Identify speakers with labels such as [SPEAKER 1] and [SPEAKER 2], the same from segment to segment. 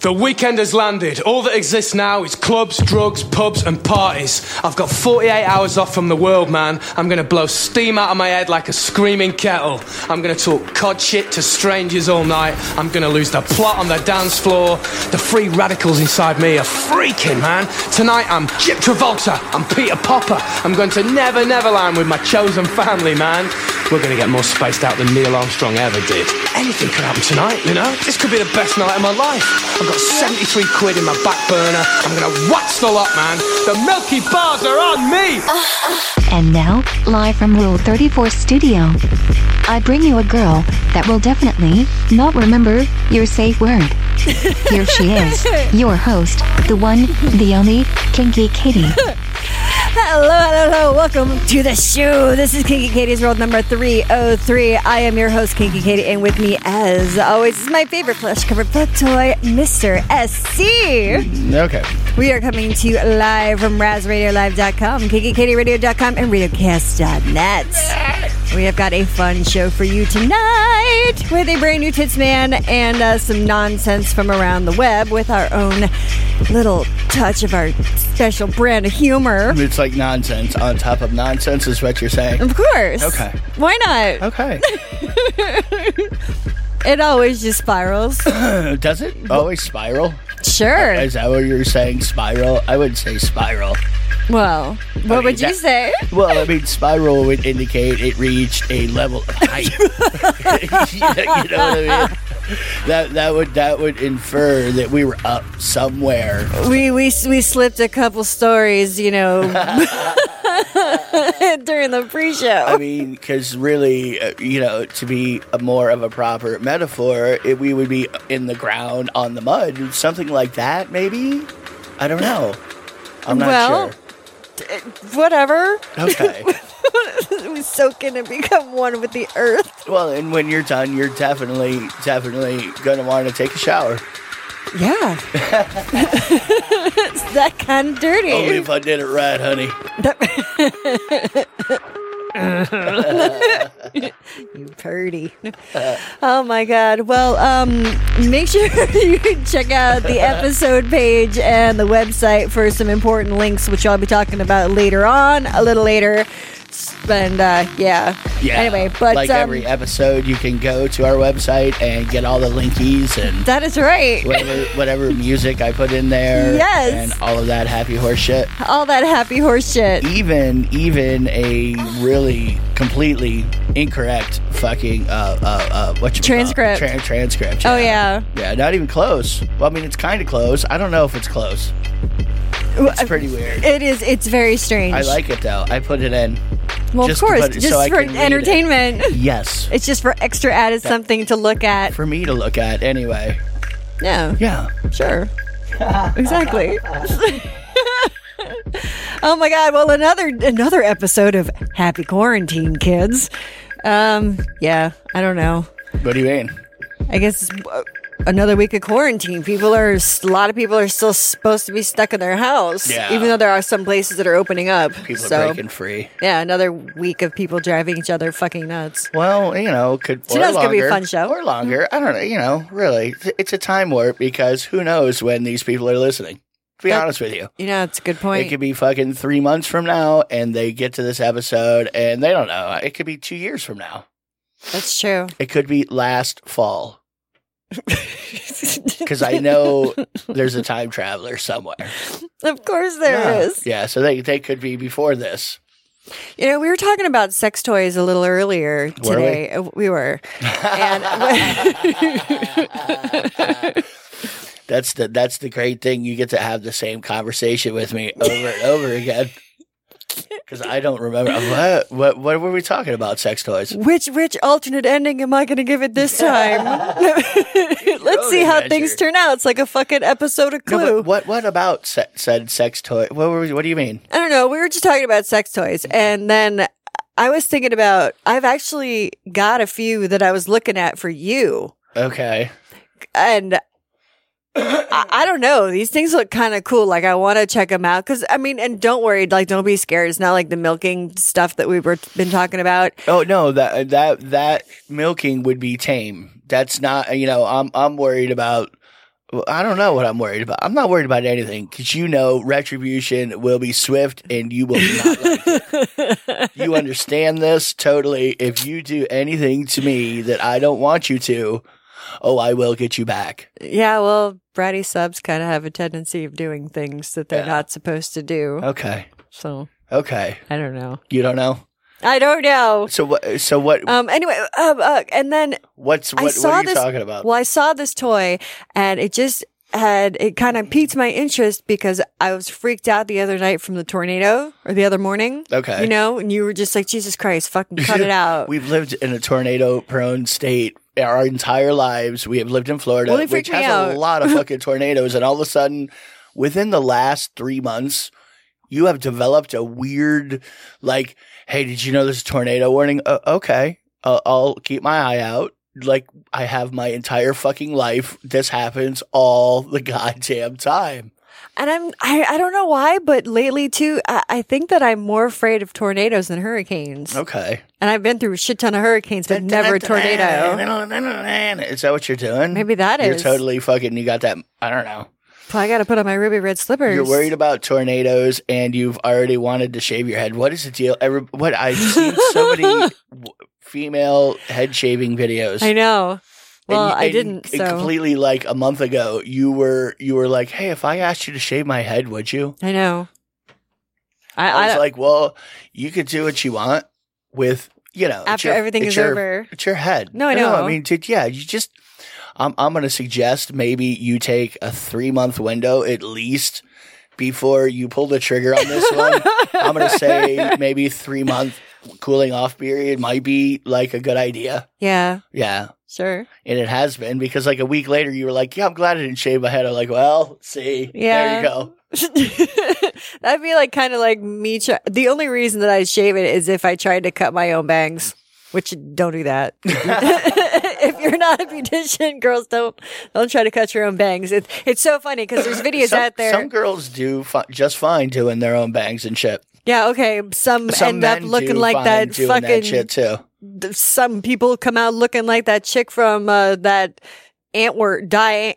[SPEAKER 1] The weekend has landed. All that exists now is clubs, drugs, pubs, and parties. I've got 48 hours off from the world, man. I'm gonna blow steam out of my head like a screaming kettle. I'm gonna talk cod shit to strangers all night. I'm gonna lose the plot on the dance floor. The free radicals inside me are freaking, man. Tonight I'm Jip Travolta. I'm Peter Popper. I'm going to Never Neverland with my chosen family, man. We're gonna get more spaced out than Neil Armstrong ever did. Anything could happen tonight, you know? This could be the best night of my life. I've got 73 quid in my back burner. I'm gonna wax the lot, man. The milky bars are on me.
[SPEAKER 2] And now, live from Rule 34 Studio, I bring you a girl that will definitely not remember your safe word. Here she is, your host, the one, the only, Kinky Katie.
[SPEAKER 3] Hello, hello, hello. Welcome to the show. This is Kinky Katie's World number 303. I am your host, Kinky Katie, and with me, as always, is my favorite plush covered plug toy, Mr. SC.
[SPEAKER 4] Okay.
[SPEAKER 3] We are coming to you live from RazRadioLive.com, KinkyKatieRadio.com, and RadioCast.net. We have got a fun show for you tonight with a brand new tits man and uh, some nonsense from around the web with our own little touch of our special brand of humor.
[SPEAKER 4] It's like nonsense on top of nonsense, is what you're saying.
[SPEAKER 3] Of course.
[SPEAKER 4] Okay.
[SPEAKER 3] Why not?
[SPEAKER 4] Okay.
[SPEAKER 3] It always just spirals.
[SPEAKER 4] Does it always spiral?
[SPEAKER 3] sure.
[SPEAKER 4] Is that what you're saying? Spiral? I would say spiral.
[SPEAKER 3] Well, what
[SPEAKER 4] mean,
[SPEAKER 3] would you say?
[SPEAKER 4] that- Well, I mean, spiral would indicate it reached a level of height. you know what I mean? That that would that would infer that we were up somewhere.
[SPEAKER 3] We we we slipped a couple stories, you know, during the
[SPEAKER 4] I
[SPEAKER 3] pre-show.
[SPEAKER 4] mean, because really, uh, you know, to be a more of a proper metaphor, it, we would be in the ground on the mud, something like that, maybe. I don't know. I'm not
[SPEAKER 3] Well-
[SPEAKER 4] sure.
[SPEAKER 3] Whatever.
[SPEAKER 4] Okay.
[SPEAKER 3] We soak in and become one with the earth.
[SPEAKER 4] well, and when you're done, you're definitely, definitely gonna want to take a shower.
[SPEAKER 3] Yeah. it's that kind of dirty.
[SPEAKER 4] Only if I did it right, honey.
[SPEAKER 3] You purdy. oh my god. Well, um make sure you check out the episode page and the website for some important links which I'll be talking about later on, a little later. And uh yeah.
[SPEAKER 4] Yeah.
[SPEAKER 3] Anyway, but
[SPEAKER 4] like
[SPEAKER 3] um,
[SPEAKER 4] every episode, you can go to our website and get all the linkies and.
[SPEAKER 3] that is right.
[SPEAKER 4] Whatever, whatever music I put in there,
[SPEAKER 3] Yes.
[SPEAKER 4] and all of that happy horse shit.
[SPEAKER 3] All that happy horse shit.
[SPEAKER 4] even even a really completely incorrect fucking uh uh, uh what you
[SPEAKER 3] Transcript.
[SPEAKER 4] tra- transcript
[SPEAKER 3] Oh yeah.
[SPEAKER 4] yeah not even close well i mean it's kind of close i don't know if it's close it's pretty weird
[SPEAKER 3] Uh, It is it's very strange.
[SPEAKER 4] i like it though i put it in
[SPEAKER 3] Well,
[SPEAKER 4] just to
[SPEAKER 3] of course,
[SPEAKER 4] put it so
[SPEAKER 3] just
[SPEAKER 4] I
[SPEAKER 3] for
[SPEAKER 4] can read it.
[SPEAKER 3] entertainment.
[SPEAKER 4] yes
[SPEAKER 3] It's just for extra added something to look at.
[SPEAKER 4] for me to look at anyway
[SPEAKER 3] Yeah.
[SPEAKER 4] yeah
[SPEAKER 3] Sure. exactly. oh my god, well another another episode of Happy Quarantine Kids. Um yeah, I don't know.
[SPEAKER 4] what do you mean
[SPEAKER 3] I guess it's uh, another week of quarantine. People are a lot of people are still supposed to be stuck in their house
[SPEAKER 4] Yeah.
[SPEAKER 3] even though there are some places that are opening up.
[SPEAKER 4] people
[SPEAKER 3] so
[SPEAKER 4] are breaking free
[SPEAKER 3] yeah, another week of people driving each other fucking nuts.
[SPEAKER 4] Well, you know, could or
[SPEAKER 3] that's
[SPEAKER 4] longer,
[SPEAKER 3] gonna be a fun show.
[SPEAKER 4] or longer. I don't know. You know, really, th- it's a time warp because who knows when these people are listening. To be
[SPEAKER 3] That-
[SPEAKER 4] honest with you,
[SPEAKER 3] You know, it's a good
[SPEAKER 4] it
[SPEAKER 3] point.
[SPEAKER 4] could be fucking three months from now, and they get to this episode, and they don't know. It could be two years from now.
[SPEAKER 3] That's true.
[SPEAKER 4] It could be last fall because I know there's a time traveler somewhere.
[SPEAKER 3] of course there is.
[SPEAKER 4] yeah. Yeah, so they they could be before this.
[SPEAKER 3] You know, we were talking about sex toys a little earlier
[SPEAKER 4] we?
[SPEAKER 3] today. Uh, we? were. And
[SPEAKER 4] That's the that's the great thing. You get to have the same conversation with me over and over again. Because I don't remember what, what what were we talking about? Sex toys.
[SPEAKER 3] which which alternate ending am I going to give it this time? Let's see how
[SPEAKER 4] adventure.
[SPEAKER 3] things turn out. It's like a fucking episode of
[SPEAKER 4] No,
[SPEAKER 3] Clue.
[SPEAKER 4] but what what about se- said sex toy? What were, what do you mean?
[SPEAKER 3] I don't know. We were just talking about sex toys, and then I was thinking about I've actually got a few that I was looking at for you,
[SPEAKER 4] Okay.
[SPEAKER 3] and I, I don't know. These things look kind of cool. Like I want to check them out because I mean, and don't worry, like don't be scared. It's not like the milking stuff that we were been talking about.
[SPEAKER 4] Oh no, that that that milking would be tame. That's not you know. I'm I'm worried about. well, I don't know what I'm worried about. I'm not worried about anything because you know retribution will be swift and you will not like it. You understand this totally. If you do anything to me that I don't want you to, oh, I will get you back.
[SPEAKER 3] Yeah, well, bratty subs kind of have a tendency of doing things that they're
[SPEAKER 4] Yeah.
[SPEAKER 3] not supposed to do.
[SPEAKER 4] Okay,
[SPEAKER 3] So
[SPEAKER 4] okay.
[SPEAKER 3] I don't know.
[SPEAKER 4] You don't know.
[SPEAKER 3] I don't know.
[SPEAKER 4] So what? So what?
[SPEAKER 3] Um. Anyway, um, uh, and then
[SPEAKER 4] what's
[SPEAKER 3] I
[SPEAKER 4] what? What
[SPEAKER 3] saw
[SPEAKER 4] are you
[SPEAKER 3] this-
[SPEAKER 4] talking about?
[SPEAKER 3] Well, I saw this toy and it just had it kind of piqued my interest because I was freaked out the other night from the tornado or the other morning.
[SPEAKER 4] Okay.
[SPEAKER 3] You know, and you were just like, Jesus Christ, fucking cut it out.
[SPEAKER 4] We've lived in a tornado prone state our entire lives. We have lived in Florida,
[SPEAKER 3] Well, it
[SPEAKER 4] which
[SPEAKER 3] freaked me
[SPEAKER 4] has
[SPEAKER 3] out.
[SPEAKER 4] a lot of fucking tornadoes. And all of a sudden, within the last three months, you have developed a weird, like, hey, did you know there's a tornado warning? Uh, okay, uh, I'll keep my eye out. Like, I have my entire fucking life. This happens all the goddamn time.
[SPEAKER 3] and I'm, I, I don't know why, but lately too, I, I think that I'm more afraid of tornadoes than hurricanes.
[SPEAKER 4] Okay.
[SPEAKER 3] And I've been through a shit ton of hurricanes, but never a tornado.
[SPEAKER 4] Is that what you're doing?
[SPEAKER 3] Maybe that
[SPEAKER 4] You're
[SPEAKER 3] is.
[SPEAKER 4] totally fucking, you got that, I don't know.
[SPEAKER 3] Well, I got to put on my ruby red slippers.
[SPEAKER 4] You're worried about tornadoes, and you've already wanted to shave your head. What is the deal? Every, what I've seen so many w- female head shaving videos.
[SPEAKER 3] I know.
[SPEAKER 4] And
[SPEAKER 3] Well,
[SPEAKER 4] you-
[SPEAKER 3] I
[SPEAKER 4] and
[SPEAKER 3] didn't.
[SPEAKER 4] c-
[SPEAKER 3] So
[SPEAKER 4] Completely like a month ago, you were you were like, "Hey, if I asked you to shave my head, would you?"
[SPEAKER 3] I know. I,
[SPEAKER 4] I
[SPEAKER 3] I,
[SPEAKER 4] was like, "Well, you could do what you want with you know it's
[SPEAKER 3] after
[SPEAKER 4] your-
[SPEAKER 3] everything
[SPEAKER 4] it's
[SPEAKER 3] is
[SPEAKER 4] your-
[SPEAKER 3] over.
[SPEAKER 4] It's your head.
[SPEAKER 3] No, I know.
[SPEAKER 4] I mean, dude, yeah, you just. I'm I'm gonna suggest maybe you take a three month window at least before you pull the trigger on this one. I'm gonna say maybe three month cooling off period might be like a good idea.
[SPEAKER 3] Yeah,
[SPEAKER 4] Yeah.
[SPEAKER 3] sure.
[SPEAKER 4] And it has been because like a week later you were like, Yeah, I'm glad I didn't shave my head. I'm like, Well, see.
[SPEAKER 3] Yeah.
[SPEAKER 4] There you go.
[SPEAKER 3] That'd be like kind of like me. Try- the only reason that I'd shave it is if I tried to cut my own bangs, which don't do that. if you're not a beautician, girls don't don't try to cut your own bangs. It's it's so funny because there's videos
[SPEAKER 4] some,
[SPEAKER 3] out there.
[SPEAKER 4] some girls do fi- just fine doing their own bangs and shit.
[SPEAKER 3] yeah, okay. Some,
[SPEAKER 4] Some
[SPEAKER 3] end up
[SPEAKER 4] men
[SPEAKER 3] looking
[SPEAKER 4] do
[SPEAKER 3] like
[SPEAKER 4] fine
[SPEAKER 3] that
[SPEAKER 4] doing
[SPEAKER 3] fucking.
[SPEAKER 4] that shit too.
[SPEAKER 3] th- Some people come out looking like that chick from uh, that Antword die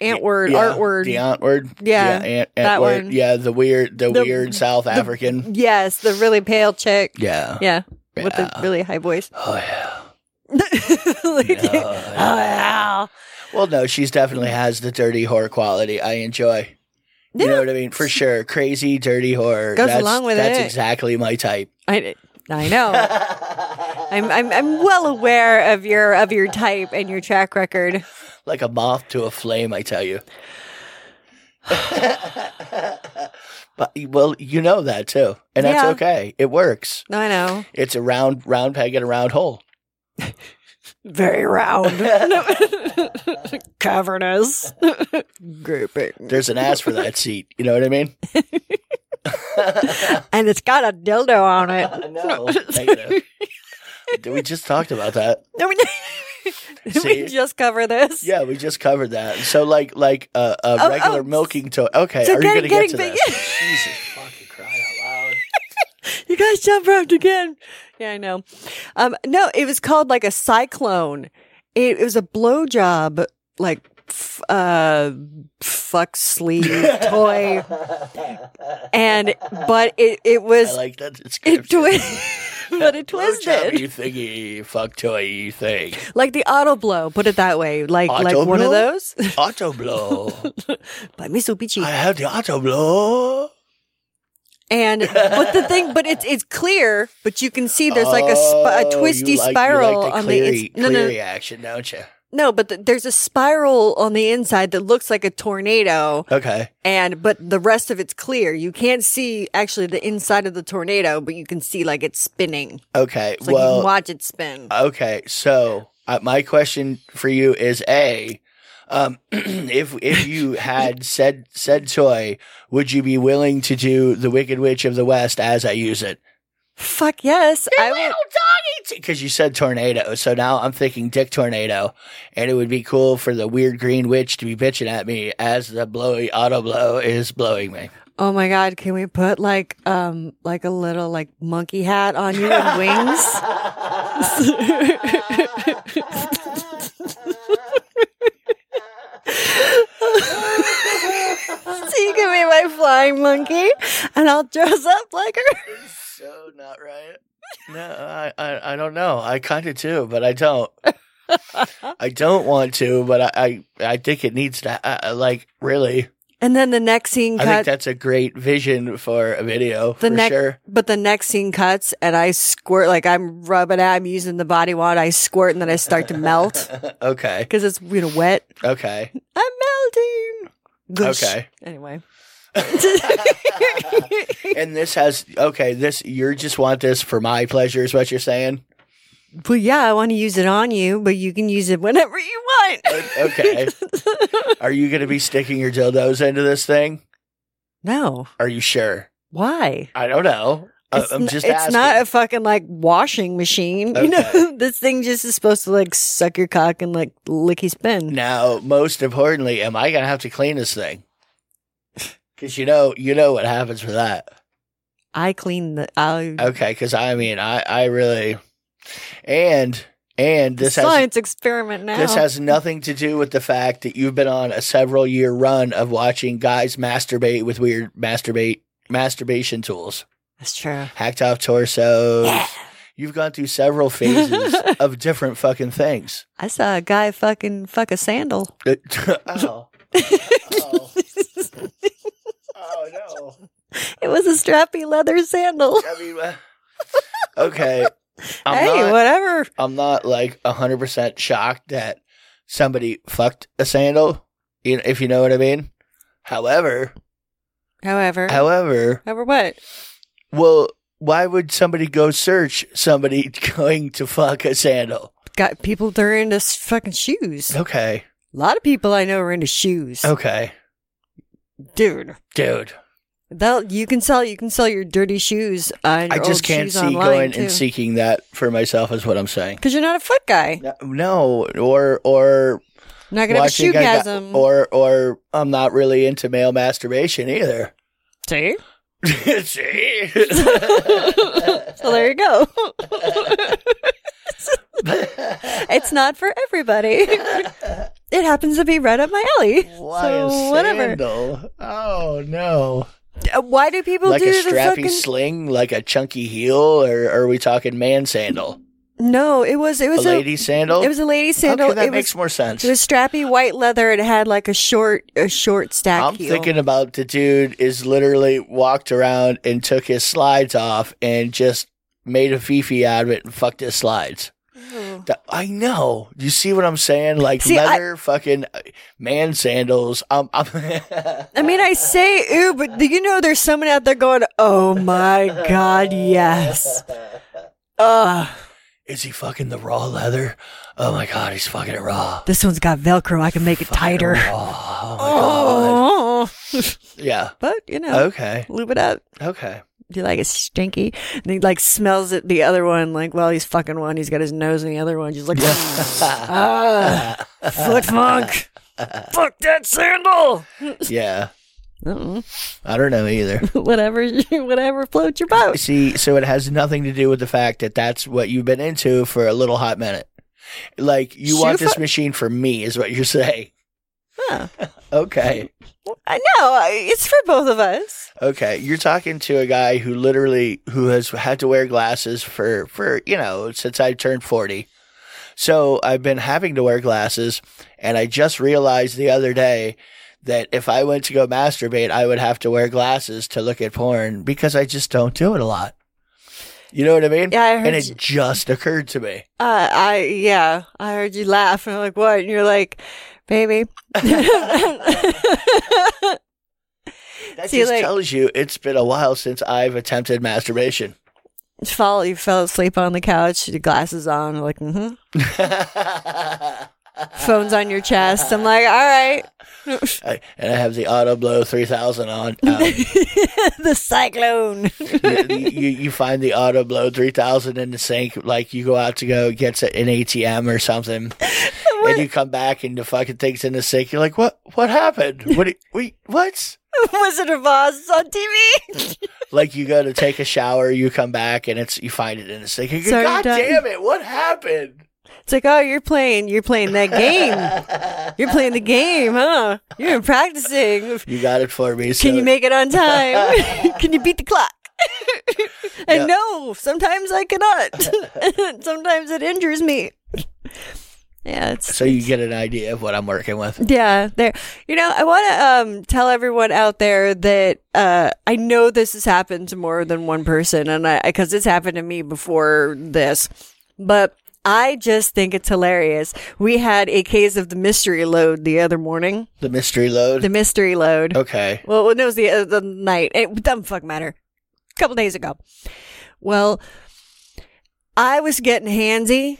[SPEAKER 3] Antword
[SPEAKER 4] Yeah,
[SPEAKER 3] artword.
[SPEAKER 4] The Antword.
[SPEAKER 3] Yeah,
[SPEAKER 4] yeah Ant-
[SPEAKER 3] that
[SPEAKER 4] Antword.
[SPEAKER 3] one.
[SPEAKER 4] Yeah, the weird, the,
[SPEAKER 3] The-
[SPEAKER 4] weird South African.
[SPEAKER 3] Yes, the really pale chick.
[SPEAKER 4] Yeah.
[SPEAKER 3] Yeah. With the
[SPEAKER 4] Yeah.
[SPEAKER 3] really high voice.
[SPEAKER 4] Oh yeah.
[SPEAKER 3] Like,
[SPEAKER 4] No,
[SPEAKER 3] oh, wow.
[SPEAKER 4] Well, no, she's definitely has the dirty horror quality. I enjoy. You
[SPEAKER 3] Yeah.
[SPEAKER 4] know what I mean? For sure, crazy dirty horror
[SPEAKER 3] Goes
[SPEAKER 4] that's,
[SPEAKER 3] along with
[SPEAKER 4] That's
[SPEAKER 3] it.
[SPEAKER 4] exactly my type.
[SPEAKER 3] I, I know. I'm, I'm I'm well aware of your of your type and your track record.
[SPEAKER 4] like a moth to a flame, I tell you. but well, you know that too, and that's
[SPEAKER 3] Yeah.
[SPEAKER 4] okay. It works.
[SPEAKER 3] No, I know.
[SPEAKER 4] It's a round, round peg in a round hole.
[SPEAKER 3] Very round, cavernous, grouping,
[SPEAKER 4] There's an ass for that seat. You know what I mean?
[SPEAKER 3] and it's got a dildo on it.
[SPEAKER 4] No. negative. we just talked about that.
[SPEAKER 3] I mean, did we
[SPEAKER 4] See?
[SPEAKER 3] just cover this?
[SPEAKER 4] Yeah, we just covered that. So like like uh, a, a
[SPEAKER 3] Oh,
[SPEAKER 4] regular
[SPEAKER 3] oh.
[SPEAKER 4] milking toy. Okay,
[SPEAKER 3] So
[SPEAKER 4] are
[SPEAKER 3] getting-
[SPEAKER 4] you gonna
[SPEAKER 3] getting
[SPEAKER 4] get to
[SPEAKER 3] big-
[SPEAKER 4] this? Jesus fucking crying out loud.
[SPEAKER 3] You guys jump roped again. Yeah, I know. Um, no, it was called like a cyclone. It, it was a blowjob, like, f- uh, fuck sleeve toy. And, but it, it
[SPEAKER 4] I
[SPEAKER 3] was,
[SPEAKER 4] like that
[SPEAKER 3] it
[SPEAKER 4] description.
[SPEAKER 3] twi- but it twisted.
[SPEAKER 4] Blowjobby thingy, fuck toy thing.
[SPEAKER 3] Like the auto blow, put it that way. Like, like
[SPEAKER 4] Auto
[SPEAKER 3] one of
[SPEAKER 4] blow?
[SPEAKER 3] those
[SPEAKER 4] Auto blow.
[SPEAKER 3] by
[SPEAKER 4] I
[SPEAKER 3] Mitsubishi.
[SPEAKER 4] have the auto blow.
[SPEAKER 3] And, but the thing, but it's, it's clear, but you can see there's like a, sp- a
[SPEAKER 4] Oh, you
[SPEAKER 3] twisty
[SPEAKER 4] like- you
[SPEAKER 3] spiral
[SPEAKER 4] like the
[SPEAKER 3] on
[SPEAKER 4] cleary,
[SPEAKER 3] the, it's, no, no,
[SPEAKER 4] cleary action, don't you?
[SPEAKER 3] No, but th there's a spiral on the inside that looks like a tornado,
[SPEAKER 4] Okay.
[SPEAKER 3] and but the rest of it's clear. You can't see actually the inside of the tornado, but you can see like it's spinning.
[SPEAKER 4] Okay.
[SPEAKER 3] It's like
[SPEAKER 4] well,
[SPEAKER 3] you can watch it spin.
[SPEAKER 4] Okay, so uh, my question for you is: A, Um, if if you had said said toy, would you be willing to do the Wicked Witch of the West as I use it?
[SPEAKER 3] Fuck yes. I would.
[SPEAKER 4] Because you said tornado, so now I'm thinking Dick Tornado, and it would be cool for the weird green witch to be bitching at me as the blowy auto blow is blowing me.
[SPEAKER 3] Oh my god, can we put like um like a little like monkey hat on you and wings? so you can be my flying monkey and I'll dress up like her.
[SPEAKER 4] So not right. No, I, I, I don't know. I kind of do, but I don't. I don't want to, but I, I, I think it needs to. I, I- like, really,
[SPEAKER 3] And then the next scene
[SPEAKER 4] I think
[SPEAKER 3] cuts
[SPEAKER 4] that's a great vision for a video
[SPEAKER 3] the
[SPEAKER 4] for
[SPEAKER 3] next
[SPEAKER 4] sure.
[SPEAKER 3] but the next scene cuts and I squirt like I'm rubbing it, I'm using the body wand, I squirt and then I start to melt
[SPEAKER 4] Okay,
[SPEAKER 3] because it's you know wet.
[SPEAKER 4] okay,
[SPEAKER 3] I'm melting. Goosh.
[SPEAKER 4] okay.
[SPEAKER 3] Anyway.
[SPEAKER 4] and this has okay. This you just want this for my pleasure is what you're saying.
[SPEAKER 3] Well, yeah, I want to use it on you, but you can use it whenever you want.
[SPEAKER 4] Okay. Are you going to be sticking your dildos into this thing?
[SPEAKER 3] No.
[SPEAKER 4] Are you sure?
[SPEAKER 3] Why?
[SPEAKER 4] I don't know. I,
[SPEAKER 3] It's
[SPEAKER 4] Uh, I'm
[SPEAKER 3] n-
[SPEAKER 4] just
[SPEAKER 3] It's
[SPEAKER 4] asking.
[SPEAKER 3] not a fucking like washing machine. You know,
[SPEAKER 4] Okay.
[SPEAKER 3] this thing just is supposed to like suck your cock and like lick his spin.
[SPEAKER 4] Now, most importantly, am I gonna have to clean this thing? Because you know, you know what happens with that.
[SPEAKER 3] I clean the. I,
[SPEAKER 4] Okay, because I mean, I, I really, and and this has
[SPEAKER 3] science experiment now.
[SPEAKER 4] this has nothing to do with the fact that you've been on a several year run of watching guys masturbate with weird masturbate masturbation tools,
[SPEAKER 3] That's true.
[SPEAKER 4] hacked off torsos. You've gone through several phases of different fucking things.
[SPEAKER 3] I saw a guy fucking fuck a sandal.
[SPEAKER 4] It- Ow. Ow. oh no.
[SPEAKER 3] It was a strappy leather sandal.
[SPEAKER 4] I mean, uh, okay. I'm
[SPEAKER 3] hey,
[SPEAKER 4] not.
[SPEAKER 3] whatever.
[SPEAKER 4] I'm not like hundred percent shocked that somebody fucked a sandal. You know, if you know what I mean. However,
[SPEAKER 3] However,
[SPEAKER 4] however,
[SPEAKER 3] however, what?
[SPEAKER 4] well, why would somebody go search somebody going to fuck a sandal?
[SPEAKER 3] Got people that are into s- fucking shoes.
[SPEAKER 4] Okay,
[SPEAKER 3] A lot of people I know are into shoes.
[SPEAKER 4] okay,
[SPEAKER 3] Dude.
[SPEAKER 4] dude.
[SPEAKER 3] That you can sell you can sell your dirty shoes on
[SPEAKER 4] I just can't see going and seeking that for myself. Is what I'm saying.
[SPEAKER 3] because you're not a foot guy.
[SPEAKER 4] No, or or
[SPEAKER 3] Not gonna have a
[SPEAKER 4] watching
[SPEAKER 3] shoe
[SPEAKER 4] a guy-
[SPEAKER 3] gasm.
[SPEAKER 4] or or I'm not really into male masturbation either.
[SPEAKER 3] See?
[SPEAKER 4] See?
[SPEAKER 3] So there you go. it's not for everybody. it happens to be right up my alley.
[SPEAKER 4] Why a
[SPEAKER 3] so whatever.
[SPEAKER 4] sandal? Oh no!
[SPEAKER 3] Uh, Why do people
[SPEAKER 4] like a
[SPEAKER 3] do the
[SPEAKER 4] strappy
[SPEAKER 3] fucking?
[SPEAKER 4] sling, like a chunky heel, or are we talking man sandal?
[SPEAKER 3] no, it was it
[SPEAKER 4] A
[SPEAKER 3] was a,
[SPEAKER 4] lady sandal?
[SPEAKER 3] it was a lady sandal.
[SPEAKER 4] Okay, that
[SPEAKER 3] it
[SPEAKER 4] makes
[SPEAKER 3] was
[SPEAKER 4] more sense.
[SPEAKER 3] it was strappy white leather. It had like a short a short stack.
[SPEAKER 4] I'm
[SPEAKER 3] heel.
[SPEAKER 4] thinking about the dude is literally walked around and took his slides off and just made a fifi out of it and fucked his slides. That- I know. You see what I'm saying? Like
[SPEAKER 3] See, I-
[SPEAKER 4] leather fucking uh, man sandals. Um, I'm
[SPEAKER 3] I mean, I say ooh, but do you know there's someone out there going, "Oh my god, yes." Ugh,
[SPEAKER 4] is he fucking the raw leather? Oh my god, he's fucking it raw.
[SPEAKER 3] this one's got Velcro. I can make it tighter.
[SPEAKER 4] Oh, oh my
[SPEAKER 3] Oh,
[SPEAKER 4] god. Yeah.
[SPEAKER 3] but you know,
[SPEAKER 4] Okay.
[SPEAKER 3] lube it up.
[SPEAKER 4] Okay.
[SPEAKER 3] Do you like it stinky? And he like smells it. The other one, like, well, he's fucking one. He's got his nose in the other one. Just like, ah, foot funk. Fuck that sandal.
[SPEAKER 4] Yeah.
[SPEAKER 3] Uh-uh.
[SPEAKER 4] I don't know either.
[SPEAKER 3] whatever, whatever floats your boat.
[SPEAKER 4] See, so it has nothing to do with the fact that that's what you've been into for a little hot minute. Like you
[SPEAKER 3] Shoe
[SPEAKER 4] want this
[SPEAKER 3] fu-
[SPEAKER 4] machine for me, is what you're saying.
[SPEAKER 3] Huh.
[SPEAKER 4] Okay,
[SPEAKER 3] I know I- it's for both of us.
[SPEAKER 4] okay. You're talking to a guy who literally who has had to wear glasses for for you know since I turned forty. So I've been having to wear glasses, and I just realized the other day that if I went to go masturbate, I would have to wear glasses to look at porn because I just don't do it a lot. You know what I mean?
[SPEAKER 3] Yeah, I heard
[SPEAKER 4] and it
[SPEAKER 3] you-
[SPEAKER 4] just occurred to me.
[SPEAKER 3] Uh, I yeah, I heard you laugh, and I'm like, what? And you're like, baby.
[SPEAKER 4] That
[SPEAKER 3] See,
[SPEAKER 4] just
[SPEAKER 3] like-
[SPEAKER 4] tells you it's been a while since I've attempted masturbation.
[SPEAKER 3] Fall, you fell asleep on the couch, your glasses on, like, mm-hmm.
[SPEAKER 4] I
[SPEAKER 3] phones on your chest. I'm like, all right,
[SPEAKER 4] I, and I have the auto blow 3000 on. Um,
[SPEAKER 3] the cyclone.
[SPEAKER 4] you, you you find the auto blow 3000 in the sink like you go out to go get an atm or something and you come back and the fucking thing's in the sink you're like what what happened what we what
[SPEAKER 3] Wizard of Oz is on TV.
[SPEAKER 4] like you go to take a shower you come back and it's you find it in the sink you go,
[SPEAKER 3] Sorry,
[SPEAKER 4] god
[SPEAKER 3] Doc."
[SPEAKER 4] damn it what happened
[SPEAKER 3] It's like, oh, you're playing, you're playing that game. You're playing the game, huh? You're practicing.
[SPEAKER 4] you got it for me so
[SPEAKER 3] Can you make it on time? Can you beat the clock? and
[SPEAKER 4] Yeah.
[SPEAKER 3] no, sometimes I cannot. sometimes it injures me. Yeah, it's
[SPEAKER 4] so you get an idea of what i'm working with
[SPEAKER 3] yeah, there. You know, I want to um, tell everyone out there that uh, I know this has happened to more than one person, and I because it's happened to me before this, but I just think it's hilarious. We had a case of the mystery load the other morning.
[SPEAKER 4] the mystery load
[SPEAKER 3] The mystery load.
[SPEAKER 4] okay
[SPEAKER 3] Well, well, no, it was the other night. It doesn't fuck matter. A couple days ago. Well, I was getting handsy,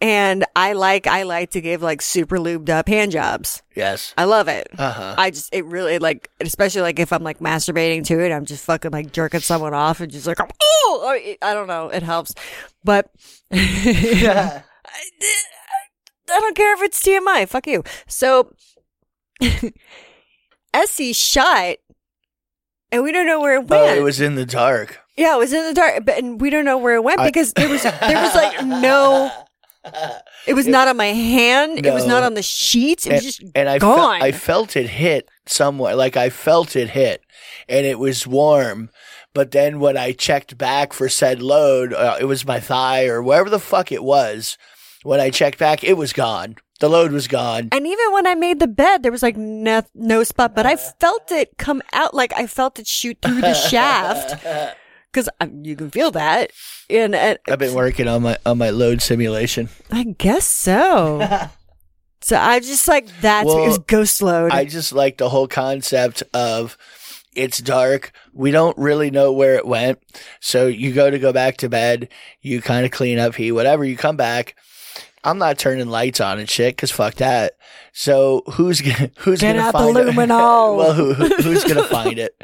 [SPEAKER 3] and I like I like to give like super lubed up hand jobs.
[SPEAKER 4] yes
[SPEAKER 3] I love it.
[SPEAKER 4] uh-huh
[SPEAKER 3] I just it really like especially like if I'm like masturbating to it, I'm just fucking like jerking someone off and just like oh I- I don't know, it helps, but I, I don't care if it's TMI. Fuck you. So Essie shot, and we don't know where it
[SPEAKER 4] oh
[SPEAKER 3] went.
[SPEAKER 4] it was in the dark
[SPEAKER 3] yeah, it was in the dark, but and we don't know where it went
[SPEAKER 4] I-
[SPEAKER 3] because there was there was like no. It was not on my hand. It was
[SPEAKER 4] No.
[SPEAKER 3] not on the sheets. It was
[SPEAKER 4] and,
[SPEAKER 3] just
[SPEAKER 4] and I, fe-
[SPEAKER 3] gone.
[SPEAKER 4] I felt it hit somewhere. Like I felt it hit, and it was warm. But then when I checked back for said load, uh, it was my thigh or wherever the fuck it was. When I checked back, it was gone. The load was gone.
[SPEAKER 3] And even when I made the bed, there was like no, no spot, but I felt it come out. Like I felt it shoot through the shaft because you can feel that. And, and
[SPEAKER 4] I've been working on my on my load simulation.
[SPEAKER 3] I guess so. so I just like that's it was
[SPEAKER 4] Well,
[SPEAKER 3] ghost load.
[SPEAKER 4] I just like the whole concept of it's dark. We don't really know where it went. So you go to go back to bed. You kind of clean up, he, whatever. You come back. I'm not turning lights on and shit because fuck that. So who's gonna who's
[SPEAKER 3] Get
[SPEAKER 4] gonna
[SPEAKER 3] out the
[SPEAKER 4] find it?
[SPEAKER 3] luminol.
[SPEAKER 4] well, who, who- who's gonna find it?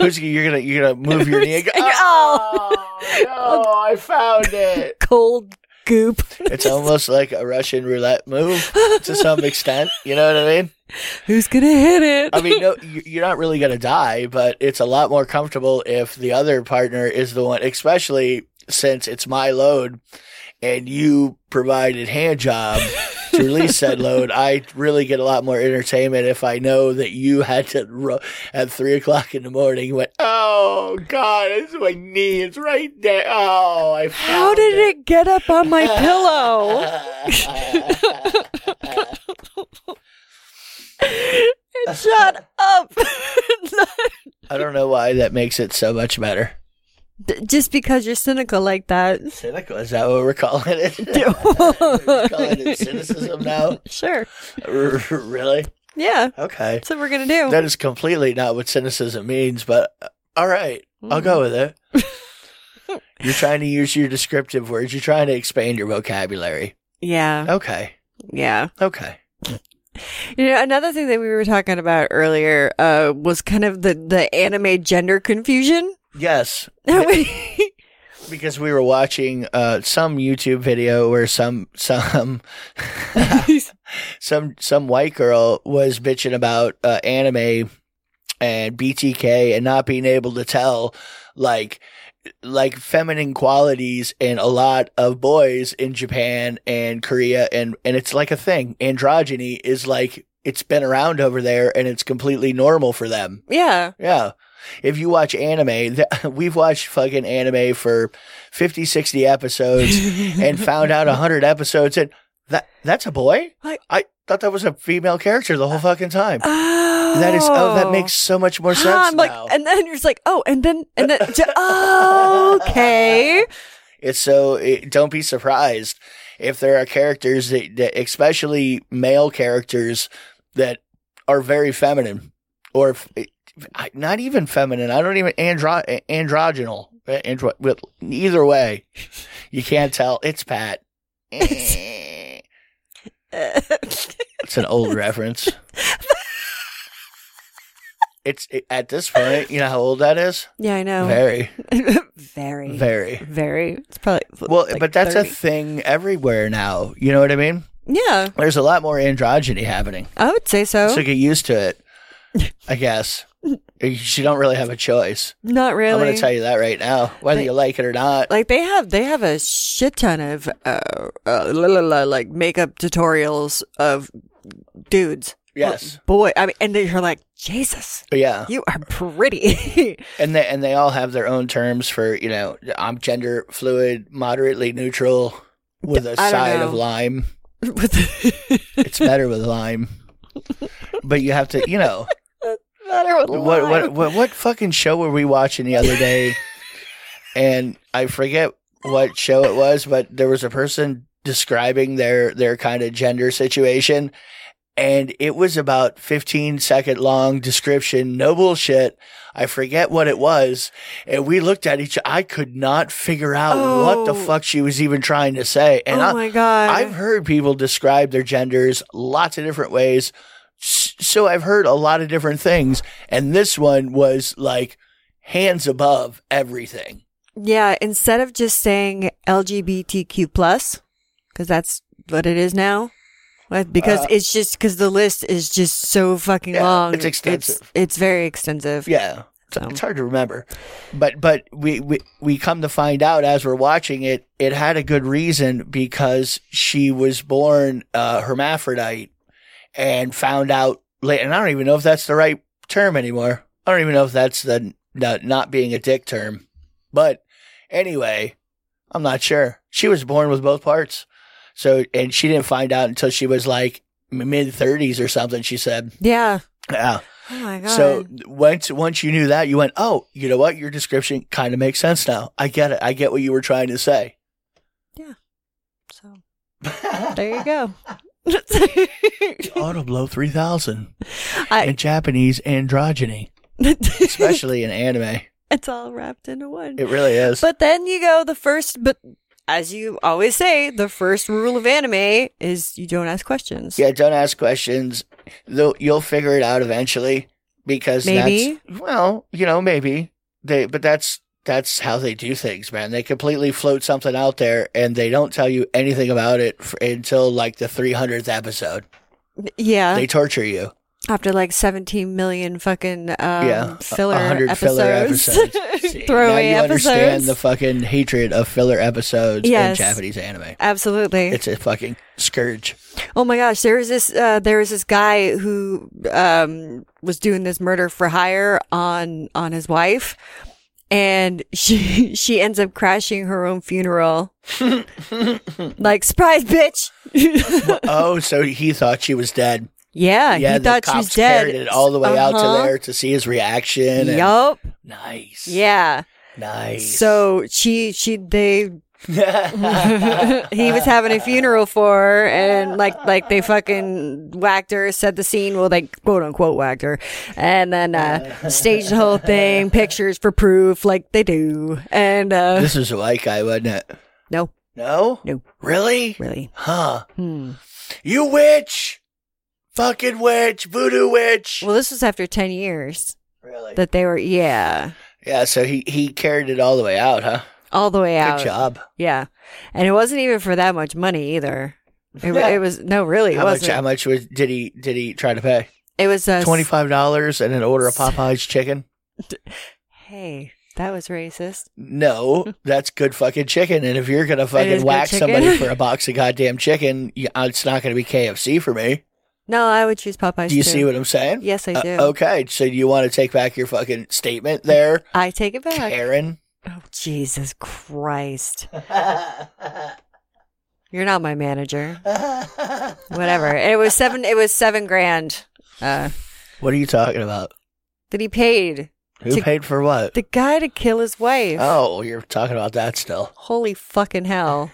[SPEAKER 4] who's you're gonna you're gonna move your knee? Ah! And go,
[SPEAKER 3] Oh.
[SPEAKER 4] oh, no, I found it.
[SPEAKER 3] Cold goop.
[SPEAKER 4] It's almost like a Russian roulette move to some extent. You know what I mean?
[SPEAKER 3] Who's gonna hit it?
[SPEAKER 4] I mean, no, you- you're not really going to die, but it's a lot more comfortable if the other partner is the one, especially since it's my load and you provided hand job to release said load. I really get a lot more entertainment if I know that you had to ru- at three o'clock in the morning. Went, oh god, it's my knee. It's right there. Oh, I.
[SPEAKER 3] How
[SPEAKER 4] found
[SPEAKER 3] did it get up on my pillow? It shot up.
[SPEAKER 4] I don't know why that makes it so much better.
[SPEAKER 3] D- just because you're cynical like that.
[SPEAKER 4] Cynical is that what we're calling it? We're calling it cynicism now.
[SPEAKER 3] Sure.
[SPEAKER 4] R- really?
[SPEAKER 3] Yeah.
[SPEAKER 4] Okay.
[SPEAKER 3] That's what we're gonna do.
[SPEAKER 4] That is completely not what cynicism means, but uh, all right, I'll
[SPEAKER 3] Mm.
[SPEAKER 4] go with it. You're trying to use your descriptive words. You're trying to expand your vocabulary.
[SPEAKER 3] yeah.
[SPEAKER 4] Okay.
[SPEAKER 3] Yeah.
[SPEAKER 4] Okay.
[SPEAKER 3] You know, another thing that we were talking about earlier uh, was kind of the the anime gender confusion.
[SPEAKER 4] Yes,
[SPEAKER 3] yeah.
[SPEAKER 4] because we were watching uh, some YouTube video where some some some some white girl was bitching about uh, anime and BTK and not being able to tell like like feminine qualities in a lot of boys in Japan and Korea and and it's like a thing. Androgyny is like it's been around over there and it's completely normal for them. Yeah. If you watch anime, th- we've watched fucking anime for 50, 60 episodes and found out 100 episodes and that that's a boy?
[SPEAKER 3] I-
[SPEAKER 4] I thought that was a female character the whole
[SPEAKER 3] Uh,
[SPEAKER 4] fucking time.
[SPEAKER 3] Oh.
[SPEAKER 4] That is oh, that makes so much more sense
[SPEAKER 3] I'm like,
[SPEAKER 4] now.
[SPEAKER 3] and then you're just like, oh, and then, and then, j- oh, okay.
[SPEAKER 4] It's so it, don't be surprised if there are characters that, that especially male characters that are very feminine or f- I- not even feminine. I don't even andro androgenal. eh, Andro- with- either way, you can't tell. It's Pat. Eh. It's an old reference. It's it- at this point, you know how old that is?
[SPEAKER 3] yeah, I know.
[SPEAKER 4] Very,
[SPEAKER 3] very, very,
[SPEAKER 4] very.
[SPEAKER 3] It's probably
[SPEAKER 4] Well,
[SPEAKER 3] like
[SPEAKER 4] but that's
[SPEAKER 3] 30.
[SPEAKER 4] a thing everywhere now. You know what I mean?
[SPEAKER 3] yeah.
[SPEAKER 4] There's a lot more androgyny happening.
[SPEAKER 3] I would say so.
[SPEAKER 4] So get used to it, I guess. You don't really have a choice.
[SPEAKER 3] Not really.
[SPEAKER 4] I'm going to tell you that right now, whether you like it or not.
[SPEAKER 3] like they have they have a shit ton of uh, uh la, la, la, like makeup tutorials of dudes Uh,
[SPEAKER 4] Yes.
[SPEAKER 3] boy i mean and then you're like jesus
[SPEAKER 4] But yeah.
[SPEAKER 3] you are pretty
[SPEAKER 4] And they, and they all have their own terms for, you know, I'm gender fluid, moderately neutral, with a
[SPEAKER 3] I don't
[SPEAKER 4] side of
[SPEAKER 3] know.
[SPEAKER 4] lime.
[SPEAKER 3] With the-
[SPEAKER 4] It's better with lime. But you have to, you know,
[SPEAKER 3] matter what,
[SPEAKER 4] what, what what what fucking show were we watching the other day? and I forget what show it was, but there was a person describing their their kind of gender situation and it was about 15 second long description no bullshit i forget what it was and we looked at each i could not figure out what the
[SPEAKER 3] Oh.
[SPEAKER 4] fuck she was even trying to say and
[SPEAKER 3] oh
[SPEAKER 4] I,
[SPEAKER 3] my god
[SPEAKER 4] I've heard people describe their genders lots of different ways. S- So I've heard a lot of different things. And this one was like hands above everything.
[SPEAKER 3] yeah instead of just saying lgbtq plus because that's what it is now Like, because it's just because the list is just so fucking
[SPEAKER 4] Uh, Yeah,
[SPEAKER 3] long
[SPEAKER 4] it's extensive.
[SPEAKER 3] it's, very extensive
[SPEAKER 4] Yeah.
[SPEAKER 3] So-
[SPEAKER 4] It's hard to remember. But but we, we we come to find out as we're watching it, it had a good reason because she was born uh, hermaphrodite and found out later. And I don't even know if that's the right term anymore. I don't even know if that's the, the not being a dick term. But anyway, I'm not sure. She was born with both parts. So and she didn't find out until she was like mid 30s or something. She said,
[SPEAKER 3] yeah
[SPEAKER 4] "Yeah."
[SPEAKER 3] oh my god
[SPEAKER 4] So once once you knew that, you went, oh, you know what? Your description kind of makes sense now. I get it. I get what you were trying to say.
[SPEAKER 3] so There you go.
[SPEAKER 4] Auto blow three thousand
[SPEAKER 3] I,
[SPEAKER 4] in Japanese androgyny, especially in anime.
[SPEAKER 3] it's all wrapped into one.
[SPEAKER 4] It really is.
[SPEAKER 3] But then you go the first, but as you always say, the first rule of anime is you don't ask questions.
[SPEAKER 4] yeah, don't ask questions. Though you'll figure it out eventually because
[SPEAKER 3] Maybe.
[SPEAKER 4] that's well, you know, maybe they. But that's that's how they do things, man. They completely float something out there and they don't tell you anything about it f until like the three hundredth episode.
[SPEAKER 3] Yeah.
[SPEAKER 4] they torture you.
[SPEAKER 3] after like 17 million fucking um,
[SPEAKER 4] yeah, a-
[SPEAKER 3] filler,
[SPEAKER 4] a hundred filler episodes. See,
[SPEAKER 3] Throwaway
[SPEAKER 4] now you understand
[SPEAKER 3] episodes.
[SPEAKER 4] the fucking hatred of filler episodes
[SPEAKER 3] Yes.
[SPEAKER 4] in Japanese anime.
[SPEAKER 3] Absolutely.
[SPEAKER 4] It's a fucking scourge.
[SPEAKER 3] Oh my gosh, there was this uh, there was this guy who um, was doing this murder for hire on on his wife, and she she ends up crashing her own funeral. like surprise, bitch!
[SPEAKER 4] oh, so he thought she was dead.
[SPEAKER 3] yeah,
[SPEAKER 4] Yeah,
[SPEAKER 3] he
[SPEAKER 4] the
[SPEAKER 3] thought she was
[SPEAKER 4] cops
[SPEAKER 3] dead. Uh-huh.
[SPEAKER 4] carried it all the way out to there to see his reaction. and-
[SPEAKER 3] Yup.
[SPEAKER 4] Nice.
[SPEAKER 3] Yeah.
[SPEAKER 4] Nice.
[SPEAKER 3] So she she they
[SPEAKER 4] yeah,
[SPEAKER 3] he was having a funeral for her and like like they fucking whacked her set the scene well they quote unquote whacked her and then uh staged the whole thing pictures for proof like they do and uh
[SPEAKER 4] this was a white guy, wasn't it?
[SPEAKER 3] no
[SPEAKER 4] No.
[SPEAKER 3] No.
[SPEAKER 4] Really?
[SPEAKER 3] really
[SPEAKER 4] Huh.
[SPEAKER 3] hmm.
[SPEAKER 4] You witch. Fucking witch. Voodoo witch.
[SPEAKER 3] well this was after 10 years
[SPEAKER 4] really?
[SPEAKER 3] that they were yeah
[SPEAKER 4] yeah. So he he carried it all the way out, huh?
[SPEAKER 3] all the way out
[SPEAKER 4] Good job.
[SPEAKER 3] yeah and it wasn't even for that much money either it, wa- it was no really it
[SPEAKER 4] How much?
[SPEAKER 3] wasn't
[SPEAKER 4] How much was did he did he try to pay?
[SPEAKER 3] it was uh, s-
[SPEAKER 4] Twenty five dollars and an order of Popeye's chicken.
[SPEAKER 3] hey that was racist
[SPEAKER 4] No, that's good fucking chicken. And if you're gonna
[SPEAKER 3] is
[SPEAKER 4] fucking
[SPEAKER 3] good
[SPEAKER 4] whack
[SPEAKER 3] chicken.
[SPEAKER 4] somebody for a box of goddamn chicken, you- uh, it's not gonna be KFC for me.
[SPEAKER 3] no i would choose popeyes
[SPEAKER 4] do you
[SPEAKER 3] too.
[SPEAKER 4] see what I'm saying?
[SPEAKER 3] yes i
[SPEAKER 4] Uh,
[SPEAKER 3] do
[SPEAKER 4] okay, so do you want to take back your fucking statement there,
[SPEAKER 3] i take it back
[SPEAKER 4] Karen?
[SPEAKER 3] Oh, Jesus Christ. You're not my manager. Whatever. It was seven it was seven grand uh
[SPEAKER 4] What are you talking about?
[SPEAKER 3] that he paid
[SPEAKER 4] Who
[SPEAKER 3] To-
[SPEAKER 4] paid for what?
[SPEAKER 3] the guy to kill his wife.
[SPEAKER 4] Oh, you're talking about that still.
[SPEAKER 3] Holy fucking hell.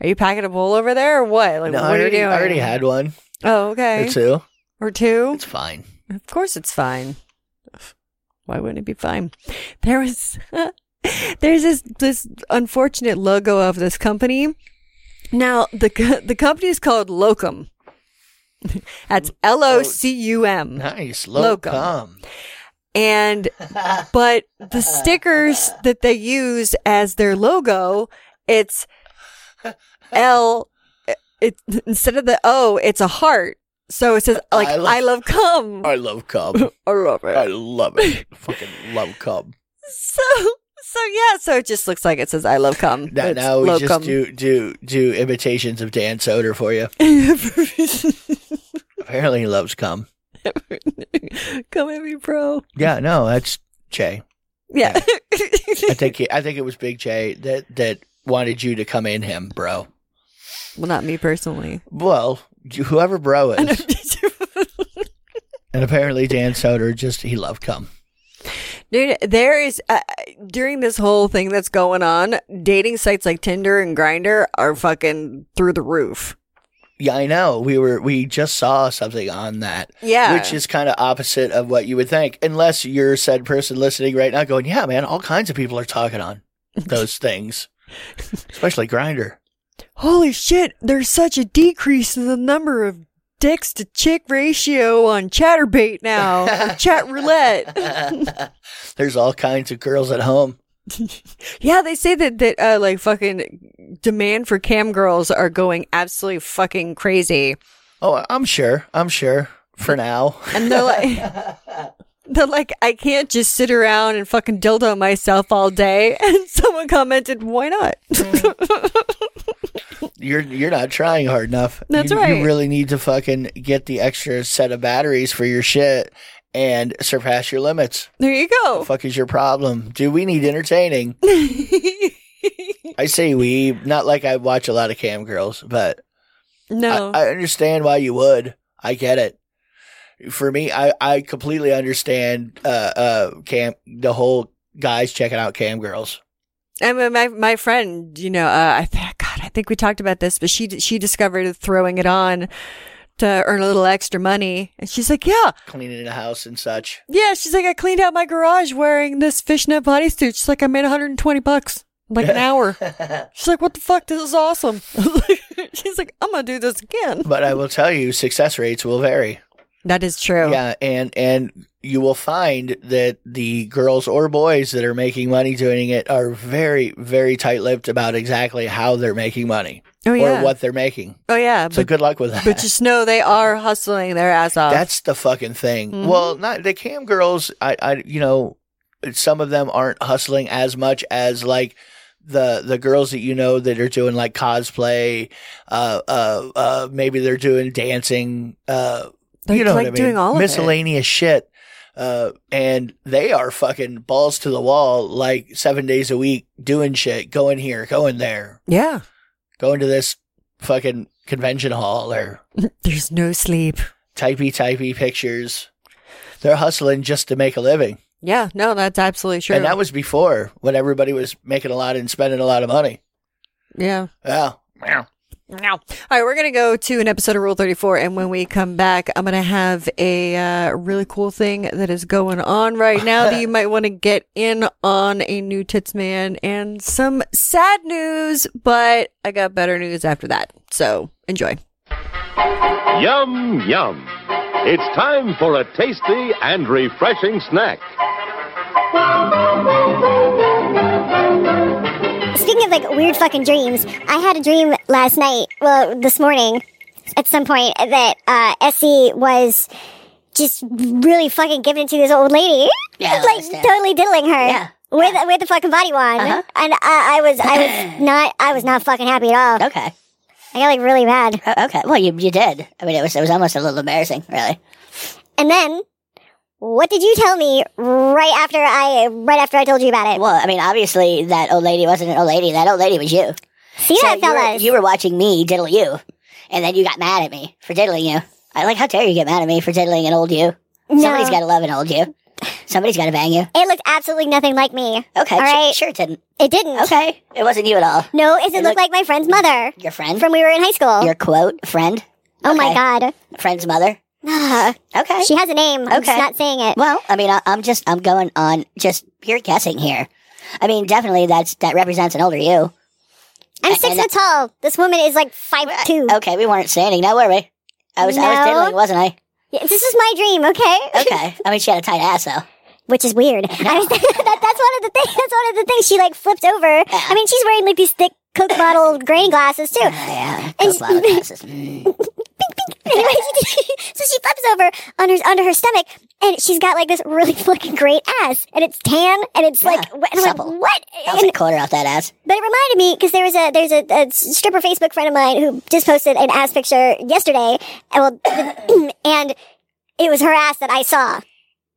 [SPEAKER 3] Are you packing a bowl over there or what? Like
[SPEAKER 4] no,
[SPEAKER 3] what
[SPEAKER 4] I already,
[SPEAKER 3] are you doing?
[SPEAKER 4] I already had one
[SPEAKER 3] Oh, okay.
[SPEAKER 4] or two.
[SPEAKER 3] or two?
[SPEAKER 4] It's fine.
[SPEAKER 3] Of course it's fine. Why wouldn't it be fine? There was there's this this unfortunate logo of this company Now the co- the company is called Locum. That's L O C U M.
[SPEAKER 4] Nice.
[SPEAKER 3] Locum.
[SPEAKER 4] Locum.
[SPEAKER 3] And but the stickers that they use as their logo, it's L. It instead of the O, it's a heart. So it says like I
[SPEAKER 4] I
[SPEAKER 3] love,
[SPEAKER 4] love-
[SPEAKER 3] cum.
[SPEAKER 4] I love cum.
[SPEAKER 3] I love it.
[SPEAKER 4] I love it. Fucking love cum.
[SPEAKER 3] So so yeah. So it just looks like it says I love cum. but
[SPEAKER 4] Now,
[SPEAKER 3] it's
[SPEAKER 4] now we
[SPEAKER 3] locum.
[SPEAKER 4] just do do do imitations of Dan Soder for you. Apparently, he loves cum.
[SPEAKER 3] Come at me, bro.
[SPEAKER 4] Yeah, no, that's Jay.
[SPEAKER 3] Yeah.
[SPEAKER 4] I think he, I think it was Big Jay that that wanted you to come in him, bro.
[SPEAKER 3] well, not me personally.
[SPEAKER 4] Well, you- whoever bro is, and apparently Dan Soder just he loved cum.
[SPEAKER 3] Dude, there is uh, during this whole thing that's going on, dating sites like Tinder and Grinder are fucking through the roof.
[SPEAKER 4] Yeah, I know. We were we just saw something on that.
[SPEAKER 3] Yeah.
[SPEAKER 4] Which is kind of opposite of what you would think, unless you're said person listening right now going, Yeah, man, all kinds of people are talking on those things. Especially grinder.
[SPEAKER 3] Holy shit, there's such a decrease in the number of dicks to chick ratio on Chatterbait now. or chat roulette.
[SPEAKER 4] There's all kinds of girls at home.
[SPEAKER 3] Yeah, they say that that uh, like fucking demand for cam girls are going absolutely fucking crazy.
[SPEAKER 4] Oh, I'm sure. I'm sure. For now.
[SPEAKER 3] And they're like, they're like, I can't just sit around and fucking dildo myself all day. And someone commented, why not?
[SPEAKER 4] You're you're not trying hard enough.
[SPEAKER 3] That's
[SPEAKER 4] You-
[SPEAKER 3] right.
[SPEAKER 4] You really need to fucking get the extra set of batteries for your shit and surpass your limits.
[SPEAKER 3] there you go.
[SPEAKER 4] fuck is your problem? Do we need entertaining? I say we, not like I watch a lot of cam girls, but
[SPEAKER 3] No.
[SPEAKER 4] I, I understand why you would. I get it. For me, I, I completely understand uh uh cam the whole guys checking out cam girls.
[SPEAKER 3] and my- my my friend, you know, uh, I th- God, I think we talked about this, but she d- she discovered throwing it on to earn a little extra money, and she's like, yeah,
[SPEAKER 4] Cleaning the house and such.
[SPEAKER 3] yeah. She's like, I cleaned out my garage wearing this fishnet bodysuit. She's like, I made 120 bucks in like an hour. She's like, what the fuck? This is awesome. She's like, I'm gonna do this again.
[SPEAKER 4] But I will tell you, success rates will vary.
[SPEAKER 3] That is true.
[SPEAKER 4] Yeah, and and you will find that the girls or boys that are making money doing it are very very tight-lipped about exactly how they're making money
[SPEAKER 3] Oh yeah.
[SPEAKER 4] or what they're making.
[SPEAKER 3] Oh yeah.
[SPEAKER 4] So
[SPEAKER 3] But,
[SPEAKER 4] good luck with that.
[SPEAKER 3] but just know they are hustling their ass off.
[SPEAKER 4] That's the fucking thing.
[SPEAKER 3] Mm-hmm.
[SPEAKER 4] Well, not the cam girls. I, I, you know, some of them aren't hustling as much as like the the girls that you know that are doing like cosplay. Uh, uh, uh maybe they're doing dancing. Uh,
[SPEAKER 3] They're,
[SPEAKER 4] you know
[SPEAKER 3] like
[SPEAKER 4] what I mean?
[SPEAKER 3] doing all of it.
[SPEAKER 4] miscellaneous shit. Uh, and they are fucking balls to the wall, like seven days a week, doing shit, going here, going there,
[SPEAKER 3] yeah.
[SPEAKER 4] going to this fucking convention hall or
[SPEAKER 3] There's no sleep.
[SPEAKER 4] typey typey pictures. They're hustling just to make a living.
[SPEAKER 3] Yeah. No, that's absolutely true.
[SPEAKER 4] And that was before when everybody was making a lot and spending a lot of money.
[SPEAKER 3] yeah.
[SPEAKER 4] Yeah.
[SPEAKER 3] Now, all right, we're gonna go to an episode of Rule Thirty Four, and when we come back, I'm gonna have a uh, really cool thing that is going on right now that you might want to get in on a new tits man and some sad news, but I got better news after that. So enjoy.
[SPEAKER 5] Yum, yum. It's time for a tasty and refreshing snack.
[SPEAKER 6] Speaking of like weird fucking dreams, I had a dream last night, well, this morning at some point, that uh, Essie was just really fucking giving it to this old lady.
[SPEAKER 7] Yeah, I
[SPEAKER 6] like
[SPEAKER 7] understand.
[SPEAKER 6] totally diddling her.
[SPEAKER 7] Yeah, Uh-huh.
[SPEAKER 6] With, with the fucking body wand, and I, I was I was not I was not fucking happy at all.
[SPEAKER 7] Okay.
[SPEAKER 6] I got like really mad,
[SPEAKER 7] O- Okay. Well, you you did. I mean, it was it was almost a little embarrassing, really.
[SPEAKER 6] and then what did you tell me right after I right after I told you about it?
[SPEAKER 7] Well, I mean, obviously that old lady wasn't an old lady. That old lady was you.
[SPEAKER 6] See
[SPEAKER 7] So
[SPEAKER 6] that
[SPEAKER 7] you were,
[SPEAKER 6] fellas?
[SPEAKER 7] you were watching me diddle you, and then you got mad at me for diddling you. I like how dare you get mad at me for diddling an old you? Somebody's got to love an old you. Somebody's got to bang you.
[SPEAKER 6] it looked absolutely nothing like me.
[SPEAKER 7] Okay.
[SPEAKER 6] all
[SPEAKER 7] su-
[SPEAKER 6] right,
[SPEAKER 7] Sure, it didn't.
[SPEAKER 6] it didn't.
[SPEAKER 7] Okay. It wasn't you at all.
[SPEAKER 6] No, it looked
[SPEAKER 7] looked-
[SPEAKER 6] like my friend's mother
[SPEAKER 7] Your friend.
[SPEAKER 6] from we were in high school.
[SPEAKER 7] your quote friend.
[SPEAKER 6] Oh my
[SPEAKER 7] Okay.
[SPEAKER 6] god.
[SPEAKER 7] Friend's mother.
[SPEAKER 6] Ugh.
[SPEAKER 7] Okay.
[SPEAKER 6] she has a name. I'm just
[SPEAKER 7] Okay.
[SPEAKER 6] not saying it.
[SPEAKER 7] Well, I mean, I, I'm just I'm going on just pure guessing here. I mean, definitely that's that represents an older you.
[SPEAKER 6] I'm
[SPEAKER 7] I-
[SPEAKER 6] six
[SPEAKER 7] and-
[SPEAKER 6] foot tall. This woman is like five two.
[SPEAKER 7] Okay, we weren't standing now, were we? I was I
[SPEAKER 6] No.
[SPEAKER 7] was diddling, wasn't I?
[SPEAKER 6] Yeah, This is my dream, okay?
[SPEAKER 7] Okay. I mean, she had a tight ass though.
[SPEAKER 6] Which is weird. I was, that, that's one of the things. That's one of the things she like flipped over. I mean, she's wearing like these thick Coke bottle grain glasses too.
[SPEAKER 7] Oh, Yeah,
[SPEAKER 6] And
[SPEAKER 7] Coke bottle glasses. Mm.
[SPEAKER 6] anyway, she did- so she flips over on her onto her stomach, and she's got like this really fucking great ass, and it's tan, and it's
[SPEAKER 7] Yeah,
[SPEAKER 6] like wet- and I'm like,
[SPEAKER 7] supple.
[SPEAKER 6] what?
[SPEAKER 7] That was
[SPEAKER 6] And-
[SPEAKER 7] a quarter off that ass.
[SPEAKER 6] but it reminded me because there was a there's a, a stripper Facebook friend of mine who just posted an ass picture yesterday, and well, and it was her ass that I saw.